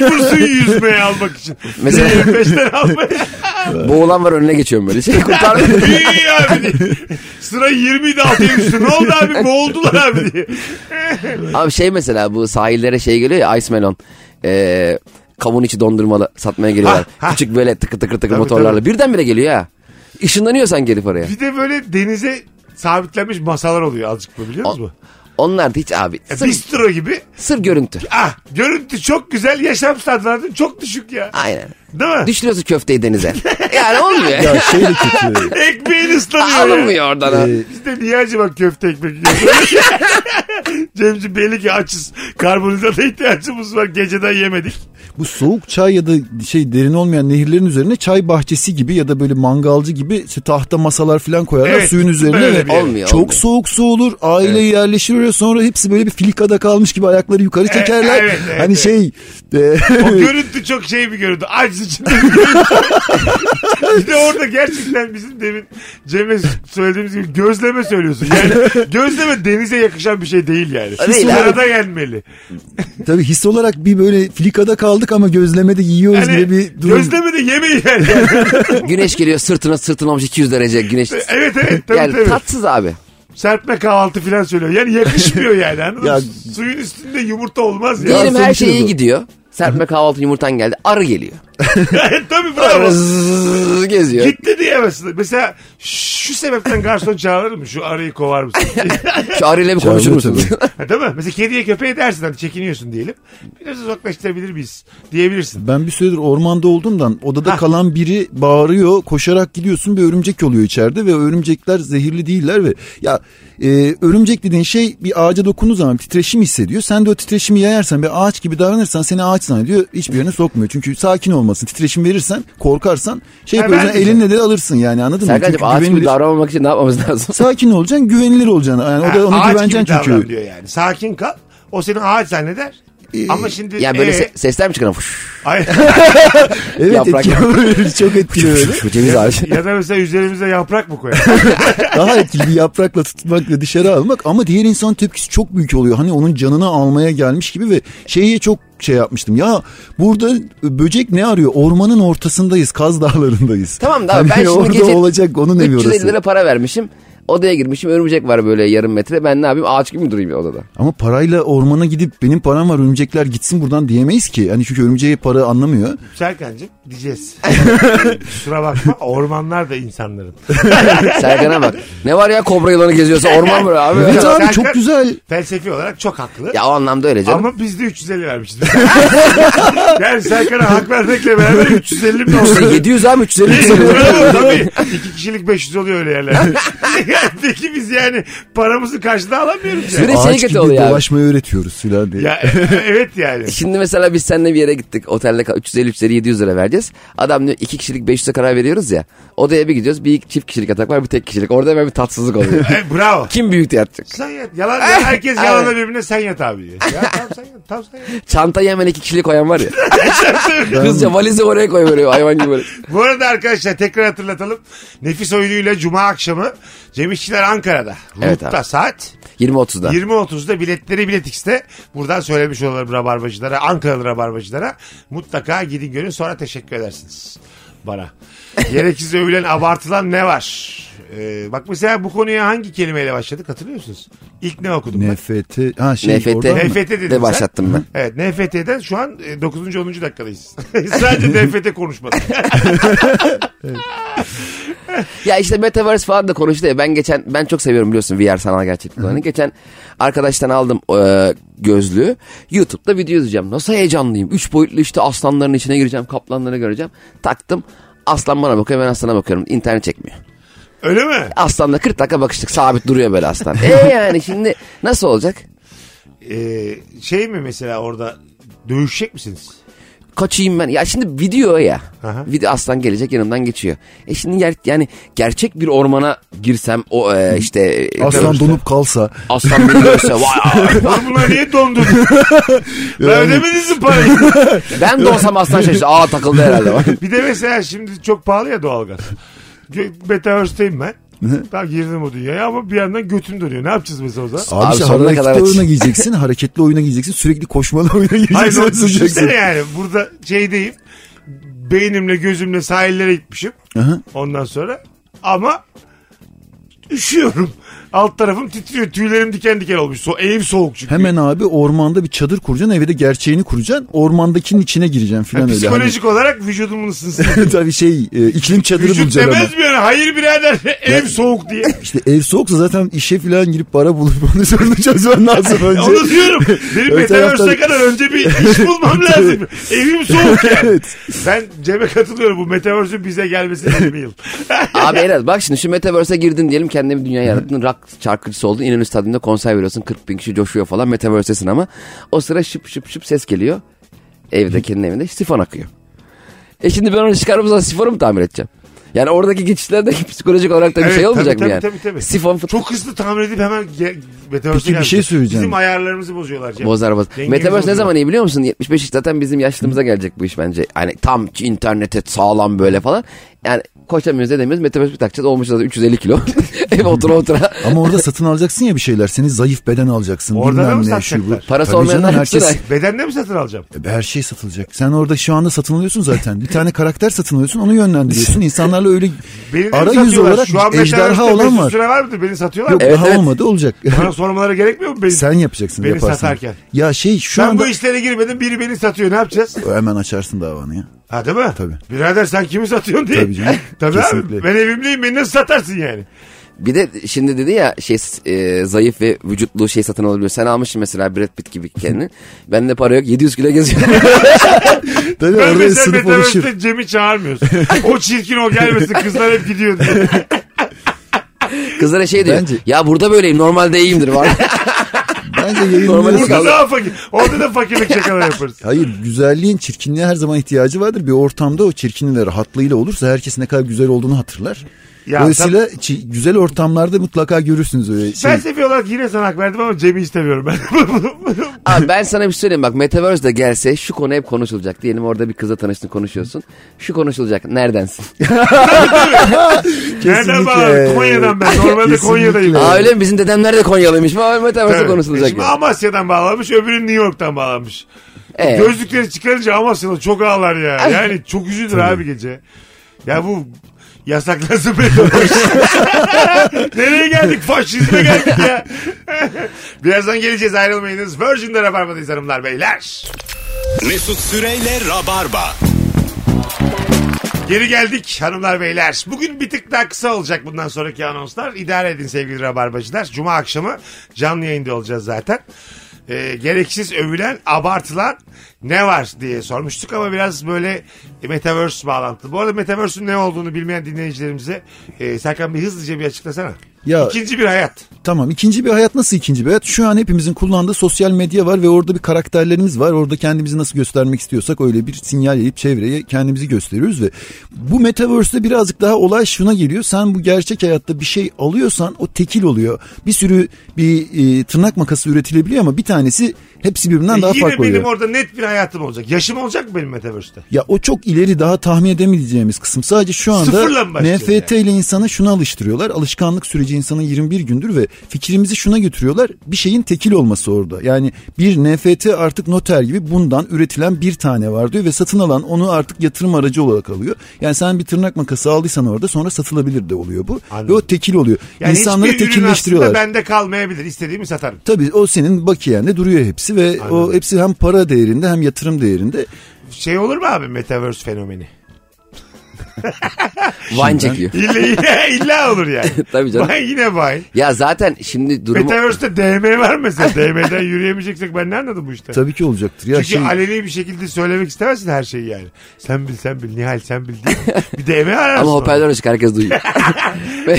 [SPEAKER 3] Bursun yüzmeye almak için.
[SPEAKER 5] Mesela-
[SPEAKER 3] Mesela 25'ten almaya.
[SPEAKER 5] Boğulan var önüne geçiyorum böyle şey kurtar.
[SPEAKER 3] İyi abi diye. Sıra 20'ydi altıya düştü. Ne oldu abi? Boğuldular abi diye.
[SPEAKER 5] Abi şey mesela bu sahillere şey geliyor ya Ice Melon. Ee, kavun içi dondurmalı satmaya geliyorlar.
[SPEAKER 3] ha.
[SPEAKER 5] Küçük böyle tıkır tıkır tıkır
[SPEAKER 3] Tabii,
[SPEAKER 5] motorlarla. Birdenbire geliyor ha. Işınlanıyor sanki herif oraya.
[SPEAKER 3] Bir de böyle denize sabitlenmiş masalar oluyor azıcık bu biliyor
[SPEAKER 5] O-
[SPEAKER 3] musun?
[SPEAKER 5] Onlar da hiç abi.
[SPEAKER 3] Ya
[SPEAKER 5] Sırf,
[SPEAKER 3] Bistro gibi.
[SPEAKER 5] sırf görüntü.
[SPEAKER 3] Ah görüntü çok güzel. Yaşam standartı çok düşük ya.
[SPEAKER 5] Aynen.
[SPEAKER 3] Değil mi?
[SPEAKER 5] Düşürüyorsun köfteyi denize. Yani olmuyor.
[SPEAKER 4] ya şey de kötü.
[SPEAKER 3] Ekmeğin ıslanıyor. Ya.
[SPEAKER 5] Alınmıyor oradan. ha.
[SPEAKER 4] Ee,
[SPEAKER 3] Biz de niye acaba köfte ekmek yiyoruz? Cemciğim belli ki açız. Karbonhidrata ihtiyacımız var. Geceden yemedik.
[SPEAKER 4] bu soğuk çay ya da şey derin olmayan nehirlerin üzerine çay bahçesi gibi ya da böyle mangalcı gibi işte tahta masalar falan koyarlar
[SPEAKER 3] Evet,
[SPEAKER 4] suyun üzerine
[SPEAKER 3] böyle
[SPEAKER 4] ve
[SPEAKER 3] bir yer.
[SPEAKER 5] Olmuyor,
[SPEAKER 4] çok
[SPEAKER 5] olmuyor.
[SPEAKER 4] soğuk su olur aile yerleşir oraya sonra hepsi böyle bir filikada kalmış gibi ayakları yukarı çekerler.
[SPEAKER 3] evet, evet,
[SPEAKER 4] hani
[SPEAKER 3] evet.
[SPEAKER 4] şey e,
[SPEAKER 3] O görüntü çok şey bir görüntü. Aç içinde bir görüntü. bir de orada gerçekten bizim demin Cem'e söylediğimiz gibi gözleme söylüyorsun. Yani gözleme denize yakışan bir şey değil yani.
[SPEAKER 5] Değil abi.
[SPEAKER 3] Arada gelmeli.
[SPEAKER 4] tabii his olarak bir böyle filikada kaldık ama gözlemede yiyoruz
[SPEAKER 3] Yani
[SPEAKER 4] gibi bir durum.
[SPEAKER 3] Hani gözleme de yemeği yani.
[SPEAKER 5] Güneş geliyor sırtına sırtına olmuş 200 derece güneş.
[SPEAKER 3] E, evet evet tabii
[SPEAKER 5] Yani
[SPEAKER 3] tabii.
[SPEAKER 5] tatsız abi.
[SPEAKER 3] Serpme kahvaltı falan söylüyor. Yani yakışmıyor yani anladın
[SPEAKER 4] Ya-
[SPEAKER 3] mı? Suyun üstünde yumurta olmaz ya.
[SPEAKER 5] Diyelim her şey
[SPEAKER 4] sonuçta
[SPEAKER 5] iyi
[SPEAKER 4] bu.
[SPEAKER 5] gidiyor. Serpme kahvaltı yumurtan geldi. Arı geliyor.
[SPEAKER 3] tabii
[SPEAKER 5] Arı
[SPEAKER 3] bravo.
[SPEAKER 5] zzzz geziyor.
[SPEAKER 3] Gitti diyemezsin. Mesela şu sebepten garson çağırır mı? Şu arıyı kovar mısın?
[SPEAKER 5] Şu arıyla bir konuşur
[SPEAKER 4] Tabii,
[SPEAKER 5] musun?
[SPEAKER 3] Ha, değil mi? Mesela kediye köpeğe dersin hani çekiniyorsun diyelim. Biraz uzaklaştırabilir miyiz? Diyebilirsin.
[SPEAKER 4] Ben bir süredir ormanda olduğumdan odada kalan biri bağırıyor koşarak gidiyorsun bir örümcek oluyor içeride ve örümcekler zehirli değiller ve ya e, örümcek dediğin şey bir ağaca dokunduğu zaman titreşim hissediyor. Sen de o titreşimi yayarsan bir ağaç gibi davranırsan seni ağaç zannediyor hiçbir yerine sokmuyor. Çünkü sakin olmasın titreşim verirsen korkarsan şey
[SPEAKER 3] Ha,
[SPEAKER 4] yaparsın
[SPEAKER 3] vermeyeceğim.
[SPEAKER 4] elinle de alırsın yani anladın mı?
[SPEAKER 5] Serkan'cığım
[SPEAKER 4] Çünkü
[SPEAKER 5] ağaç gibi
[SPEAKER 4] güvenilir-
[SPEAKER 5] davranmamak için ne yapmamız lazım?
[SPEAKER 4] Sakin olacaksın güvenilir olacaksın yani o
[SPEAKER 3] Ha,
[SPEAKER 4] da ona
[SPEAKER 3] ağaç
[SPEAKER 4] güveneceksin
[SPEAKER 3] gibi davran
[SPEAKER 4] çünkü.
[SPEAKER 3] diyor yani. Sakin kal. O seni ağaç zanneder. Ama şimdi...
[SPEAKER 5] Ya böyle
[SPEAKER 3] ee,
[SPEAKER 5] se- sesler mi çıkar? Fuş,
[SPEAKER 3] ay-
[SPEAKER 4] Evet
[SPEAKER 5] Yaprak
[SPEAKER 4] etkili çok etkili
[SPEAKER 5] fuş,
[SPEAKER 4] öyle.
[SPEAKER 5] fuş, ceviz ağacı.
[SPEAKER 3] ya da mesela üzerimize yaprak mı koyar?
[SPEAKER 4] daha etkili bir yaprakla tutmak ve dışarı almak ama diğer insan tepkisi çok büyük oluyor. Hani onun canını almaya gelmiş gibi ve şeyi çok şey yapmıştım. Ya burada böcek ne arıyor? Ormanın ortasındayız. Kaz dağlarındayız.
[SPEAKER 5] Tamam da abi,
[SPEAKER 4] Hani
[SPEAKER 5] ben şimdi
[SPEAKER 4] orada
[SPEAKER 5] gece
[SPEAKER 4] olacak onun evi
[SPEAKER 5] 350
[SPEAKER 4] orası.
[SPEAKER 5] lira para vermişim. Odaya girmişim örümcek var böyle yarım metre. Ben ne yapayım ağaç gibi mi durayım ya odada?
[SPEAKER 4] Ama parayla ormana gidip benim param var örümcekler gitsin buradan diyemeyiz ki. Hani çünkü örümceğe para anlamıyor.
[SPEAKER 3] Serkan'cığım diyeceğiz. Kusura bakma ormanlar da insanların.
[SPEAKER 5] Serkan'a bak. Ne var ya kobra yılanı geziyorsa orman mı abi?
[SPEAKER 4] Evet abi
[SPEAKER 3] Serkan-
[SPEAKER 4] çok güzel.
[SPEAKER 3] Felsefi olarak çok haklı.
[SPEAKER 5] ya o anlamda öyle canım.
[SPEAKER 3] Ama biz de 350 vermişiz. yani Serkan'a hak vermekle beraber 350 mi oldu?
[SPEAKER 5] İşte 700 abi 350.
[SPEAKER 3] Bravo, tabii. İki kişilik 500 oluyor öyle yerlerde. Peki biz yani paramızı karşıda alamıyoruz ya.
[SPEAKER 5] Süre şey
[SPEAKER 4] Ağaç gibi
[SPEAKER 5] kötü oluyor abi.
[SPEAKER 4] dolaşmayı öğretiyoruz filan diye.
[SPEAKER 3] ya e- evet yani.
[SPEAKER 5] Şimdi mesela biz seninle bir yere gittik. Otelde kal- 350 350 700 lira vereceğiz. Adam diyor iki kişilik 500'e karar veriyoruz ya. Odaya bir gidiyoruz. Bir çift kişilik yatak var bir tek kişilik. Orada hemen bir tatsızlık oluyor.
[SPEAKER 3] E, bravo.
[SPEAKER 5] Kim büyük yatacak?
[SPEAKER 3] Sen yat. Yalan,
[SPEAKER 5] Eh,
[SPEAKER 3] ya- herkes
[SPEAKER 5] Aynen.
[SPEAKER 3] yalana birbirine sen yat abi diyor. Ya tamam sen yat. Tamam sen yat. E,
[SPEAKER 5] Çantayı hemen iki kişilik koyan var ya. Kızca valizi oraya koyuyor hayvan gibi. böyle.
[SPEAKER 3] Bu arada arkadaşlar tekrar hatırlatalım. Nefis oyunuyla Cuma akşamı Cem İşçiler Ankara'da.
[SPEAKER 5] Evet
[SPEAKER 3] Rut'ta
[SPEAKER 5] abi.
[SPEAKER 3] saat
[SPEAKER 5] 20-30'da.
[SPEAKER 3] 20.30'da biletleri Bilet X'te. Buradan söylemiş olalım rabarbacılara, Ankaralı rabarbacılara. Mutlaka gidin görün sonra teşekkür edersiniz. bana. Gereksiz övülen abartılan ne var? Ee, bak mesela bu konuya hangi kelimeyle başladık hatırlıyor musunuz? İlk ne okudum? ben?
[SPEAKER 4] NFT. Ha şey
[SPEAKER 5] NFT.
[SPEAKER 4] oradan mı?
[SPEAKER 5] Evet.
[SPEAKER 3] NFT dedim
[SPEAKER 5] De başlattım ben.
[SPEAKER 3] Evet NFT'den şu an e, 9. 10. dakikadayız. Sadece NFT konuşmadık.
[SPEAKER 5] Ya işte Metaverse falan da konuştu ya. Ben geçen ben çok seviyorum biliyorsun VR sanal gerçeklik olanı. Geçen arkadaştan aldım e, gözlüğü. YouTube'da video izleyeceğim. Nasıl heyecanlıyım. Üç boyutlu işte aslanların içine gireceğim. Kaplanları göreceğim. Taktım. Aslan bana bakıyor ben aslana bakıyorum. İnternet çekmiyor.
[SPEAKER 3] Öyle mi?
[SPEAKER 5] Aslanla 40 dakika bakıştık sabit duruyor böyle aslan. E yani şimdi nasıl olacak?
[SPEAKER 3] Ee, şey mi mesela orada dövüşecek misiniz?
[SPEAKER 5] kaçayım ben. Ya şimdi video ya.
[SPEAKER 3] Aha.
[SPEAKER 5] Video aslan gelecek yanımdan geçiyor. E şimdi yer- yani gerçek bir ormana girsem o e, işte e,
[SPEAKER 4] Aslan donup kalsa.
[SPEAKER 5] aslan beni görse, vay.
[SPEAKER 3] Oğlum bunlar niye dondun? ben ödemediniz mi parayı?
[SPEAKER 5] Ben de olsam aslan şaşırsa aa takıldı herhalde.
[SPEAKER 3] Bir de mesela şimdi çok pahalı ya doğalgaz. Gö- Metaverse'teyim ben. Tam girdim o dünyaya ama bir yandan götüm dönüyor. Ne yapacağız mesela o zaman?
[SPEAKER 4] Abi,
[SPEAKER 5] Abi
[SPEAKER 4] işte
[SPEAKER 5] sonuna
[SPEAKER 4] hareketli
[SPEAKER 5] kadar aç.
[SPEAKER 4] oyuna giyeceksin, hareketli oyuna giyeceksin, sürekli koşmalı oyuna
[SPEAKER 3] Hayır
[SPEAKER 4] giyeceksin.
[SPEAKER 3] oğlum,
[SPEAKER 4] ısınacaksın.
[SPEAKER 3] düşünsene yani burada şeydeyim. Beynimle gözümle sahillere gitmişim.
[SPEAKER 4] Aha.
[SPEAKER 3] Ondan sonra ama üşüyorum. Alt tarafım titriyor. Tüylerim diken diken olmuş. So elim soğuk çünkü.
[SPEAKER 4] Hemen abi ormanda bir çadır kuracaksın, evde gerçeğini kuracaksın, ormandakinin içine gireceksin
[SPEAKER 3] Yani
[SPEAKER 4] filan öyle.
[SPEAKER 3] psikolojik olarak vücudumun ısınsın.
[SPEAKER 4] Hani, tabii şey e, iklim çadırı
[SPEAKER 3] Vücut
[SPEAKER 4] bulacaksın ama.
[SPEAKER 3] demez mi yani? Hayır birader ev soğuk diye.
[SPEAKER 4] İşte ev soğuksa zaten işe filan girip para bulup onu sorunu çözmen lazım önce.
[SPEAKER 3] Onu diyorum. Benim
[SPEAKER 4] Öte
[SPEAKER 3] Metaverse'e
[SPEAKER 4] taraftan-
[SPEAKER 3] kadar önce bir iş bulmam lazım. Evim soğuk yani.
[SPEAKER 4] Evet.
[SPEAKER 3] Ben Cem'e katılıyorum. Bu Metaverse'ün bize gelmesi 20 yıl.
[SPEAKER 5] Abi Eras bak şimdi şu Metaverse'e girdin diyelim kendine bir dünya yarattın. Rock şarkıcısı oldun. İnönü Stadyumu'nda konser veriyorsun. 40 bin kişi coşuyor falan Metaverse'sin ama. O sıra şıp şıp şıp ses geliyor. Evde kendi evinde sifon akıyor. E şimdi ben onu çıkarıp sonra sifonu mu tamir edeceğim? Yani oradaki geçişlerde psikolojik olarak da bir
[SPEAKER 3] Evet,
[SPEAKER 5] şey olmayacak
[SPEAKER 3] tabii,
[SPEAKER 5] mı
[SPEAKER 3] tabii,
[SPEAKER 5] yani?
[SPEAKER 3] tabii, tabii.
[SPEAKER 5] Sifon fıt-
[SPEAKER 3] Çok hızlı tamir edip hemen ge- Metaverse'e
[SPEAKER 4] Peki bir
[SPEAKER 3] gelmiş.
[SPEAKER 4] şey söyleyeceğim.
[SPEAKER 3] Bizim ayarlarımızı bozuyorlar Cem.
[SPEAKER 5] Bozar bozar.
[SPEAKER 3] Dengemizi
[SPEAKER 5] Metaverse ne
[SPEAKER 3] bozuyorlar.
[SPEAKER 5] zaman iyi biliyor musun? 75 iş zaten bizim yaşlılığımıza gelecek bu iş bence. Yani tam internete sağlam böyle falan. Yani koşamıyoruz edemiyoruz. Metaverse bir takacağız. Olmuş zaten 350 kilo. Ev otura otura.
[SPEAKER 4] Ama orada satın alacaksın ya bir şeyler. Seni zayıf beden alacaksın.
[SPEAKER 3] Orada da
[SPEAKER 4] bilmem
[SPEAKER 3] mı
[SPEAKER 4] ne, şu bu.
[SPEAKER 3] satacaklar?
[SPEAKER 5] Parası
[SPEAKER 4] Tabii
[SPEAKER 5] olmayanlar
[SPEAKER 4] canım,
[SPEAKER 5] hepsi
[SPEAKER 4] herkes
[SPEAKER 5] de-
[SPEAKER 3] Bedende mi satın alacağım?
[SPEAKER 4] her şey satılacak. Sen orada şu anda satın alıyorsun zaten. Bir tane karakter satın alıyorsun onu yönlendiriyorsun. İnsanlarla öyle
[SPEAKER 3] Beni de mi
[SPEAKER 4] ara yüz
[SPEAKER 3] satıyorlar?
[SPEAKER 4] olarak
[SPEAKER 3] Şu an
[SPEAKER 4] ejderha
[SPEAKER 3] Metaverse'de
[SPEAKER 4] olan
[SPEAKER 3] Mesut
[SPEAKER 4] var.
[SPEAKER 3] Süre var mıdır? Beni satıyorlar
[SPEAKER 4] Yok
[SPEAKER 3] mı?
[SPEAKER 5] Evet,
[SPEAKER 4] daha
[SPEAKER 5] evet.
[SPEAKER 4] olmadı olacak.
[SPEAKER 3] Bana sormaları gerekmiyor mu? Beni?
[SPEAKER 4] Sen yapacaksın
[SPEAKER 3] Beni
[SPEAKER 4] yaparsın.
[SPEAKER 3] satarken.
[SPEAKER 4] Ya şey şu
[SPEAKER 3] ben
[SPEAKER 4] anda
[SPEAKER 3] bu işlere girmedim biri beni satıyor ne yapacağız?
[SPEAKER 4] hemen açarsın davanı ya.
[SPEAKER 3] Ha değil mi?
[SPEAKER 4] Tabii.
[SPEAKER 3] Birader sen kimi satıyorsun diye.
[SPEAKER 4] Tabii canım.
[SPEAKER 3] Tabii abi
[SPEAKER 4] Kesinlikle.
[SPEAKER 3] ben evimdeyim beni nasıl satarsın yani?
[SPEAKER 5] Bir de şimdi dedi ya şey e, zayıf ve vücutlu şey satın alabiliyor. Sen almışsın mesela Brad Pitt gibi kendini. Bende para yok 700 kilo geziyorum.
[SPEAKER 4] Tabii
[SPEAKER 3] Ben
[SPEAKER 4] orada
[SPEAKER 3] mesela
[SPEAKER 4] ısınıp oluşur.
[SPEAKER 3] Metaverse'de Cem'i çağırmıyorsun. o çirkin o gelmesin kızlar hep gidiyor diye.
[SPEAKER 5] Kızlara şey diyor.
[SPEAKER 4] Bence-
[SPEAKER 5] Ya burada böyleyim normalde iyiyimdir var.
[SPEAKER 4] Bence yayınlıyoruz.
[SPEAKER 3] Burada daha fakir. Orada da fakirlik şakaları yaparız.
[SPEAKER 4] Hayır güzelliğin çirkinliğe her zaman ihtiyacı vardır. Bir ortamda o çirkinliği ve rahatlığıyla olursa herkes ne kadar güzel olduğunu hatırlar.
[SPEAKER 3] Ya,
[SPEAKER 4] Dolayısıyla çi- güzel ortamlarda mutlaka görürsünüz öyle şey.
[SPEAKER 3] Felsefi olarak yine sana hak verdim ama Cem'i istemiyorum ben.
[SPEAKER 5] Abi ben sana bir şey söyleyeyim bak Metaverse de gelse şu konu hep konuşulacak. Diyelim orada bir kızla tanıştın konuşuyorsun. Şu konuşulacak neredensin?
[SPEAKER 3] Nereden bağlı? Konya'dan ben. Normalde
[SPEAKER 4] Kesinlikle.
[SPEAKER 3] Konya'dayım.
[SPEAKER 5] Aa öyle mi? Bizim dedemler de Konyalıymış. Aa, Metaverse
[SPEAKER 3] Evet.
[SPEAKER 5] konuşulacak.
[SPEAKER 3] Şimdi
[SPEAKER 5] ya.
[SPEAKER 3] Amasya'dan bağlanmış öbürü New York'tan bağlanmış.
[SPEAKER 5] Ee,
[SPEAKER 3] Gözlükleri çıkarınca Amasyalı çok ağlar ya. Yani çok üzülür abi gece. Ya bu yasaklasın beni. Nereye geldik? Faşizme geldik ya. Birazdan geleceğiz ayrılmayınız. Virgin'de Rabarba'dayız hanımlar beyler.
[SPEAKER 2] Mesut Süreyle Rabarba.
[SPEAKER 3] Geri geldik hanımlar beyler. Bugün bir tık daha kısa olacak bundan sonraki anonslar. İdare edin sevgili rabarbacılar. Cuma akşamı canlı yayında olacağız zaten. Ee, gereksiz övülen, abartılan ne var diye sormuştuk ama biraz böyle Metaverse bağlantılı. Bu arada Metaverse'ün ne olduğunu bilmeyen dinleyicilerimize e, Serkan bir hızlıca bir açıklasana.
[SPEAKER 4] Ya-
[SPEAKER 3] İkinci bir hayat.
[SPEAKER 4] Tamam ikinci bir hayat nasıl ikinci bir hayat? Şu an hepimizin kullandığı sosyal medya var ve orada bir karakterlerimiz var. Orada kendimizi nasıl göstermek istiyorsak öyle bir sinyal yayıp çevreye kendimizi gösteriyoruz ve bu metaverse'de birazcık daha olay şuna geliyor. Sen bu gerçek hayatta bir şey alıyorsan o tekil oluyor. Bir sürü bir e, tırnak makası üretilebiliyor ama bir tanesi hepsi birbirinden daha
[SPEAKER 3] E, yine
[SPEAKER 4] farklı
[SPEAKER 3] benim
[SPEAKER 4] oluyor.
[SPEAKER 3] orada net bir hayatım olacak. Yaşım olacak mı benim Metaverse'te?
[SPEAKER 4] Ya o çok ileri daha tahmin edemeyeceğimiz kısım. Sadece şu anda
[SPEAKER 3] Sıfırla mı başlıyor
[SPEAKER 4] NFT ile insana şunu alıştırıyorlar. Alışkanlık süreci binlerce insanın 21 gündür ve fikrimizi şuna götürüyorlar. Bir şeyin tekil olması orada. Yani bir NFT artık noter gibi bundan üretilen bir tane var diyor ve satın alan onu artık yatırım aracı olarak alıyor. Yani sen bir tırnak makası aldıysan orada sonra satılabilir de oluyor bu.
[SPEAKER 3] Anladım.
[SPEAKER 4] Ve o tekil oluyor.
[SPEAKER 3] Yani
[SPEAKER 4] İnsanları
[SPEAKER 3] hiçbir ürün aslında
[SPEAKER 4] tekilleştiriyorlar.
[SPEAKER 3] bende kalmayabilir. İstediğimi satarım.
[SPEAKER 4] Tabii o senin bakiyende duruyor hepsi ve o hepsi hem para değerinde hem yatırım değerinde.
[SPEAKER 3] Şey olur mu abi metaverse fenomeni?
[SPEAKER 5] Vine çekiyor.
[SPEAKER 3] İlla, illa, illa olur yani.
[SPEAKER 5] Tabii canım.
[SPEAKER 3] Bay yine bay.
[SPEAKER 5] Ya zaten şimdi durumu...
[SPEAKER 3] Metaverse'de DM var mı mesela? DM'den yürüyemeyeceksek ben ne anladım bu işte?
[SPEAKER 4] Tabii ki olacaktır. Ya
[SPEAKER 3] Çünkü
[SPEAKER 4] şey,
[SPEAKER 3] aleni bir şekilde söylemek istemezsin her şeyi yani. Sen bil sen bil Nihal sen bil diye. Bir DM ararsın.
[SPEAKER 5] Ama
[SPEAKER 3] ona.
[SPEAKER 5] hoparlör açık herkes duyuyor. Ve-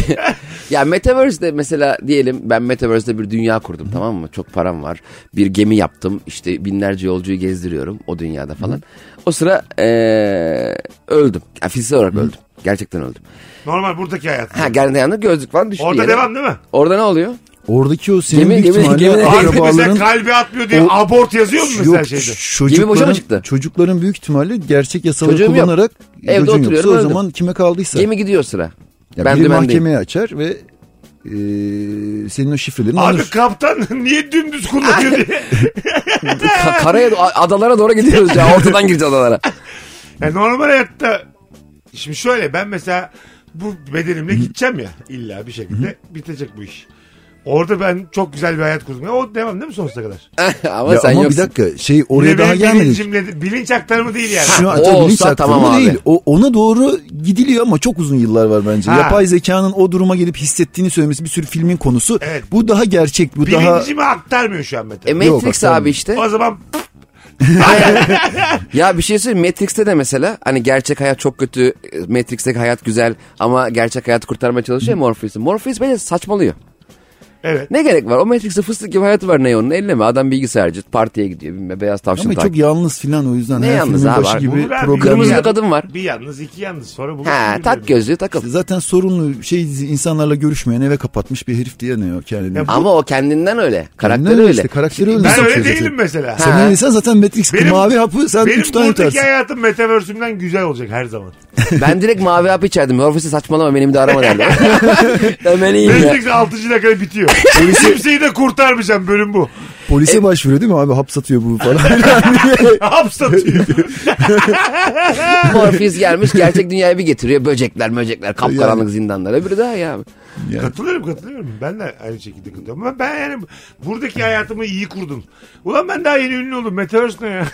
[SPEAKER 5] ya Metaverse'de mesela diyelim ben Metaverse'de bir dünya kurdum tamam mı? Çok param var. Bir gemi yaptım. İşte binlerce yolcuyu gezdiriyorum o dünyada falan. O sıra eee, öldüm. Ya fiziksel olarak öldüm. Gerçekten öldüm.
[SPEAKER 3] Normal buradaki hayat.
[SPEAKER 5] Ha gerçekten yanında gözlük falan düştü
[SPEAKER 3] Orada
[SPEAKER 5] yere.
[SPEAKER 3] devam değil mi?
[SPEAKER 5] Orada ne oluyor?
[SPEAKER 4] oradaki o senin
[SPEAKER 5] Gemi-
[SPEAKER 4] büyük
[SPEAKER 5] gemi-
[SPEAKER 4] ihtimalle
[SPEAKER 5] gemi-
[SPEAKER 3] Abi mesela
[SPEAKER 4] akrabaların
[SPEAKER 3] kalbi atmıyor diye
[SPEAKER 4] O-
[SPEAKER 3] abort yazıyor mu mesela
[SPEAKER 4] Yok
[SPEAKER 3] şeyde?
[SPEAKER 4] çocukların,
[SPEAKER 5] boşa mı çıktı?
[SPEAKER 4] çocukların büyük ihtimalle gerçek yasaları
[SPEAKER 5] Çocuğum yok.
[SPEAKER 4] kullanarak
[SPEAKER 5] Evde
[SPEAKER 4] çocuğun yoksa
[SPEAKER 5] oturuyorum,
[SPEAKER 4] o
[SPEAKER 5] öldüm.
[SPEAKER 4] zaman kime kaldıysa.
[SPEAKER 5] Gemi gidiyor sıra.
[SPEAKER 4] Ya
[SPEAKER 5] ben
[SPEAKER 4] biri
[SPEAKER 5] dümendeyim.
[SPEAKER 4] mahkemeye açar ve e, senin o şifrelerini
[SPEAKER 3] Abi
[SPEAKER 4] alır.
[SPEAKER 3] kaptan niye dümdüz kullanıyor diye.
[SPEAKER 5] Ka- karaya do- adalara doğru gidiyoruz ya. Ortadan gireceğiz adalara.
[SPEAKER 3] Yani E, normal hayatta şimdi şöyle ben mesela bu bedenimle gideceğim ya illa bir şekilde bitecek bu iş. Orada ben çok güzel bir hayat kurdum. Ya o devam değil mi sonsuza kadar?
[SPEAKER 5] ama
[SPEAKER 4] Ya
[SPEAKER 5] sen
[SPEAKER 4] ama bir
[SPEAKER 5] yoksun.
[SPEAKER 4] dakika şey
[SPEAKER 3] Bir
[SPEAKER 4] oraya
[SPEAKER 3] de
[SPEAKER 4] daha
[SPEAKER 3] benim
[SPEAKER 4] gelmedik.
[SPEAKER 3] bilincimle- bilinç aktarımı değil yani.
[SPEAKER 4] Şu
[SPEAKER 5] o
[SPEAKER 4] an tabii bilinç
[SPEAKER 5] olsa
[SPEAKER 4] aktarımı
[SPEAKER 5] tamam abi.
[SPEAKER 4] değil. O, ona doğru gidiliyor ama çok uzun yıllar var bence.
[SPEAKER 3] Ha.
[SPEAKER 4] Yapay zekanın o duruma gelip hissettiğini söylemesi bir sürü filmin konusu.
[SPEAKER 3] Evet.
[SPEAKER 4] Bu daha gerçek. Bu daha
[SPEAKER 3] Bilincimi aktarmıyor şu an Mete.
[SPEAKER 5] E Matrix
[SPEAKER 4] Yok,
[SPEAKER 5] abi işte.
[SPEAKER 3] o zaman
[SPEAKER 5] Ya bir şey söyleyeyim Matrix'te de mesela hani gerçek hayat çok kötü Matrix'teki hayat güzel ama gerçek hayatı kurtarmaya çalışıyor ya Morpheus'u. Morpheus bence saçmalıyor.
[SPEAKER 3] evet.
[SPEAKER 5] Ne gerek var? O Matrix'te fıstık gibi hayatı var ne onun elleme. Adam bilgisayarcı partiye gidiyor bilmem beyaz tavşan
[SPEAKER 4] ama çok
[SPEAKER 5] takip.
[SPEAKER 4] yalnız filan o yüzden
[SPEAKER 5] Ne
[SPEAKER 4] her
[SPEAKER 5] yalnız
[SPEAKER 4] filmin
[SPEAKER 5] abi?
[SPEAKER 4] başı gibi
[SPEAKER 3] Olur abi,
[SPEAKER 4] programı
[SPEAKER 5] Kırmızı
[SPEAKER 3] Yani-
[SPEAKER 5] kadın var.
[SPEAKER 3] Bir yalnız iki yalnız sonra bulursun.
[SPEAKER 5] Ha
[SPEAKER 3] birbirlerini.
[SPEAKER 5] tak gözlü takıl.
[SPEAKER 4] Zaten sorunlu şey insanlarla görüşmeyen eve kapatmış bir herif diye ne o kendini.
[SPEAKER 3] Ya bu-
[SPEAKER 5] Ama o kendinden öyle. Karakteri
[SPEAKER 4] Kendinden
[SPEAKER 5] öyle.
[SPEAKER 4] işte, karakteri öyle.
[SPEAKER 3] Ben
[SPEAKER 4] Nasıl
[SPEAKER 3] öyle
[SPEAKER 4] çözecek?
[SPEAKER 3] değilim mesela.
[SPEAKER 4] Sen
[SPEAKER 5] Ha.
[SPEAKER 4] öyle insan zaten Matrix
[SPEAKER 3] Benim-
[SPEAKER 4] mavi hapı sen
[SPEAKER 3] Benim
[SPEAKER 4] üç tane
[SPEAKER 3] buradaki
[SPEAKER 4] tutarsın.
[SPEAKER 3] hayatım metaverse'ümden güzel olacak her zaman.
[SPEAKER 5] Ben direkt mavi hap içerdim. Morpheus'u saçmalama benim de arama derdim. Hemen iyiyim ya.
[SPEAKER 3] Netflix 6. dakikada bitiyor. Kimseyi de kurtarmayacağım bölüm bu. E-
[SPEAKER 4] Polise başvuruyor değil mi abi hap satıyor bu falan.
[SPEAKER 3] Hap satıyor.
[SPEAKER 5] Morpheus gelmiş gerçek dünyaya bir getiriyor. Böcekler möcekler kapkaranlık zindanlar. Öbürü daha ya.
[SPEAKER 3] Katılıyorum katılıyorum. Ben de aynı şekilde katılıyorum. Ama ben yani buradaki hayatımı iyi kurdum. Ulan ben daha yeni ünlü oldum. Metaverse ne ya?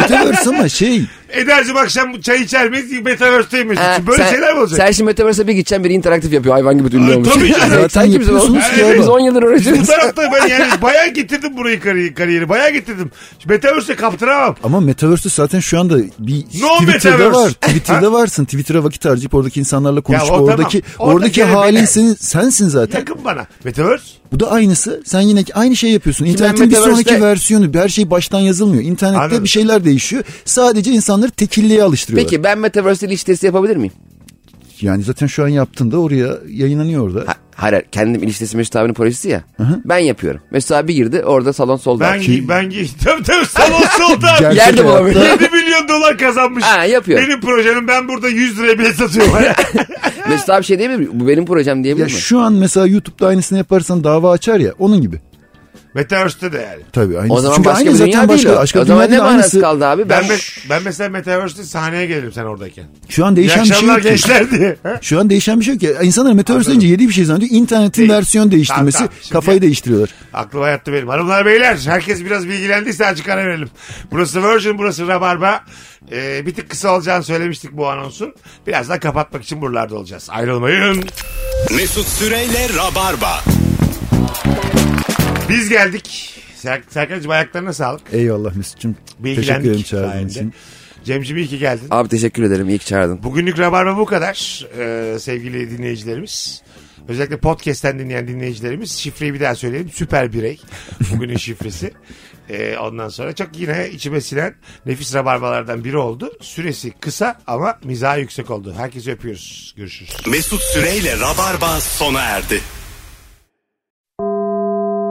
[SPEAKER 4] Metaverse ama şey
[SPEAKER 3] Edercim akşam çay içer miyiz? Metaverse'deyim mesela.
[SPEAKER 5] Ha,
[SPEAKER 3] Böyle
[SPEAKER 5] sen-
[SPEAKER 3] şeyler mi olacak?
[SPEAKER 5] Sen şimdi Metaverse'e bir gideceksin biri interaktif yapıyor hayvan gibi
[SPEAKER 3] Ay,
[SPEAKER 5] ünlü olmuş.
[SPEAKER 3] tabii canım.
[SPEAKER 4] Zaten
[SPEAKER 5] Sen kimsin oğlum?
[SPEAKER 4] yapıyorsunuz ki
[SPEAKER 5] Biz
[SPEAKER 4] abi.
[SPEAKER 5] 10 yıldır
[SPEAKER 3] Bu
[SPEAKER 5] uğraşıyoruz.
[SPEAKER 3] tarafta ben yani bayağı getirdim burayı kariyeri, kariyeri bayağı getirdim. Metaverse'e kaptıramam.
[SPEAKER 4] ama Metaverse zaten şu anda bir
[SPEAKER 3] No
[SPEAKER 4] Twitter'da
[SPEAKER 3] Metaverse.
[SPEAKER 4] var. Twitter'da varsın. Twitter'a vakit harcayıp oradaki insanlarla konuşup
[SPEAKER 3] o tamam.
[SPEAKER 4] oradaki
[SPEAKER 3] Orada
[SPEAKER 4] oradaki
[SPEAKER 3] gene
[SPEAKER 4] halin
[SPEAKER 3] beni-
[SPEAKER 4] senin sensin zaten.
[SPEAKER 3] Yakın bana. Metaverse.
[SPEAKER 4] Bu da aynısı. Sen yine aynı şey yapıyorsun. İnternetin bir
[SPEAKER 5] Metaverse'te-
[SPEAKER 4] sonraki versiyonu her şey baştan yazılmıyor. İnternette
[SPEAKER 3] Anladım.
[SPEAKER 4] bir şeyler değişiyor. Sadece insanları tekilliğe alıştırıyorlar.
[SPEAKER 5] Peki ben Metaverse'de ilişki testi yapabilir miyim?
[SPEAKER 4] Yani zaten şu an yaptığında oraya yayınlanıyor orada.
[SPEAKER 5] Ha- Hayır hayır, kendim ilişki testi Mesut abinin projesi ya. Ben yapıyorum. Mesut abi girdi orada salon solda.
[SPEAKER 3] Ben gi- ben gi- Tabii tabii salon solda.
[SPEAKER 4] Gerçek
[SPEAKER 5] Yerde
[SPEAKER 4] hayatta-
[SPEAKER 5] bulamıyorum.
[SPEAKER 3] 7 milyon dolar kazanmış.
[SPEAKER 5] Ha, yapıyor.
[SPEAKER 3] Benim projenim ben burada 100 liraya bilet satıyorum.
[SPEAKER 5] Mesut abi şey diyebilir mi? Bu benim projem diyebilir
[SPEAKER 4] Ya
[SPEAKER 5] mi?
[SPEAKER 4] şu an mesela YouTube'da aynısını yaparsan dava açar ya onun gibi.
[SPEAKER 3] Metaverse'te de yani.
[SPEAKER 4] Tabii aynısı.
[SPEAKER 5] O zaman
[SPEAKER 4] Çünkü
[SPEAKER 5] başka
[SPEAKER 4] aynı
[SPEAKER 5] bir
[SPEAKER 4] zaten
[SPEAKER 5] dünya
[SPEAKER 4] başka,
[SPEAKER 5] değil o.
[SPEAKER 4] başka
[SPEAKER 5] o zaman
[SPEAKER 4] dünya
[SPEAKER 5] ne
[SPEAKER 4] değil,
[SPEAKER 5] manası
[SPEAKER 4] aynısı.
[SPEAKER 5] kaldı abi?
[SPEAKER 3] Ben,
[SPEAKER 5] Ben,
[SPEAKER 3] me- ben mesela Metaverse'te sahneye gelirim sen oradayken.
[SPEAKER 4] Şu an
[SPEAKER 3] İyi
[SPEAKER 4] değişen bir şey
[SPEAKER 3] akşamlar
[SPEAKER 4] yok ki.
[SPEAKER 3] gençler diye. Ha?
[SPEAKER 4] Şu an değişen bir şey yok ki. İnsanlar metaverse deyince yediği bir şey zannediyor. İnternetin
[SPEAKER 3] Değil.
[SPEAKER 4] versiyon değiştirmesi
[SPEAKER 3] Tamam, tamam. Şimdi-
[SPEAKER 4] kafayı değiştiriyorlar.
[SPEAKER 3] Aklım hayatta benim. Hanımlar beyler herkes biraz bilgilendiyse açık ara verelim. Burası Virgin burası Rabarba. Ee, bir tık kısa olacağını söylemiştik bu anonsun. Birazdan kapatmak için buralarda olacağız. Ayrılmayın.
[SPEAKER 2] Mesut Süreyle Rabarba.
[SPEAKER 3] Biz geldik. Ser Serkan'cığım ayaklarına sağlık.
[SPEAKER 4] Eyvallah Mesut'cum. Teşekkür ederim
[SPEAKER 3] Bilgilendik
[SPEAKER 4] çağırdığın
[SPEAKER 3] sayende.
[SPEAKER 4] için.
[SPEAKER 3] Cemciğim iyi ki geldin.
[SPEAKER 5] Abi teşekkür ederim iyi ki çağırdın.
[SPEAKER 3] Bugünlük Rabarba bu kadar Ee, sevgili dinleyicilerimiz. Özellikle podcast'ten dinleyen dinleyicilerimiz şifreyi bir daha söyleyelim. Süper birey bugünün şifresi. Ee, ondan sonra çok yine içime sinen nefis rabarbalardan biri oldu. Süresi kısa ama mizahı yüksek oldu. Herkesi öpüyoruz. Görüşürüz.
[SPEAKER 2] Mesut Süreyle Rabarba sona erdi.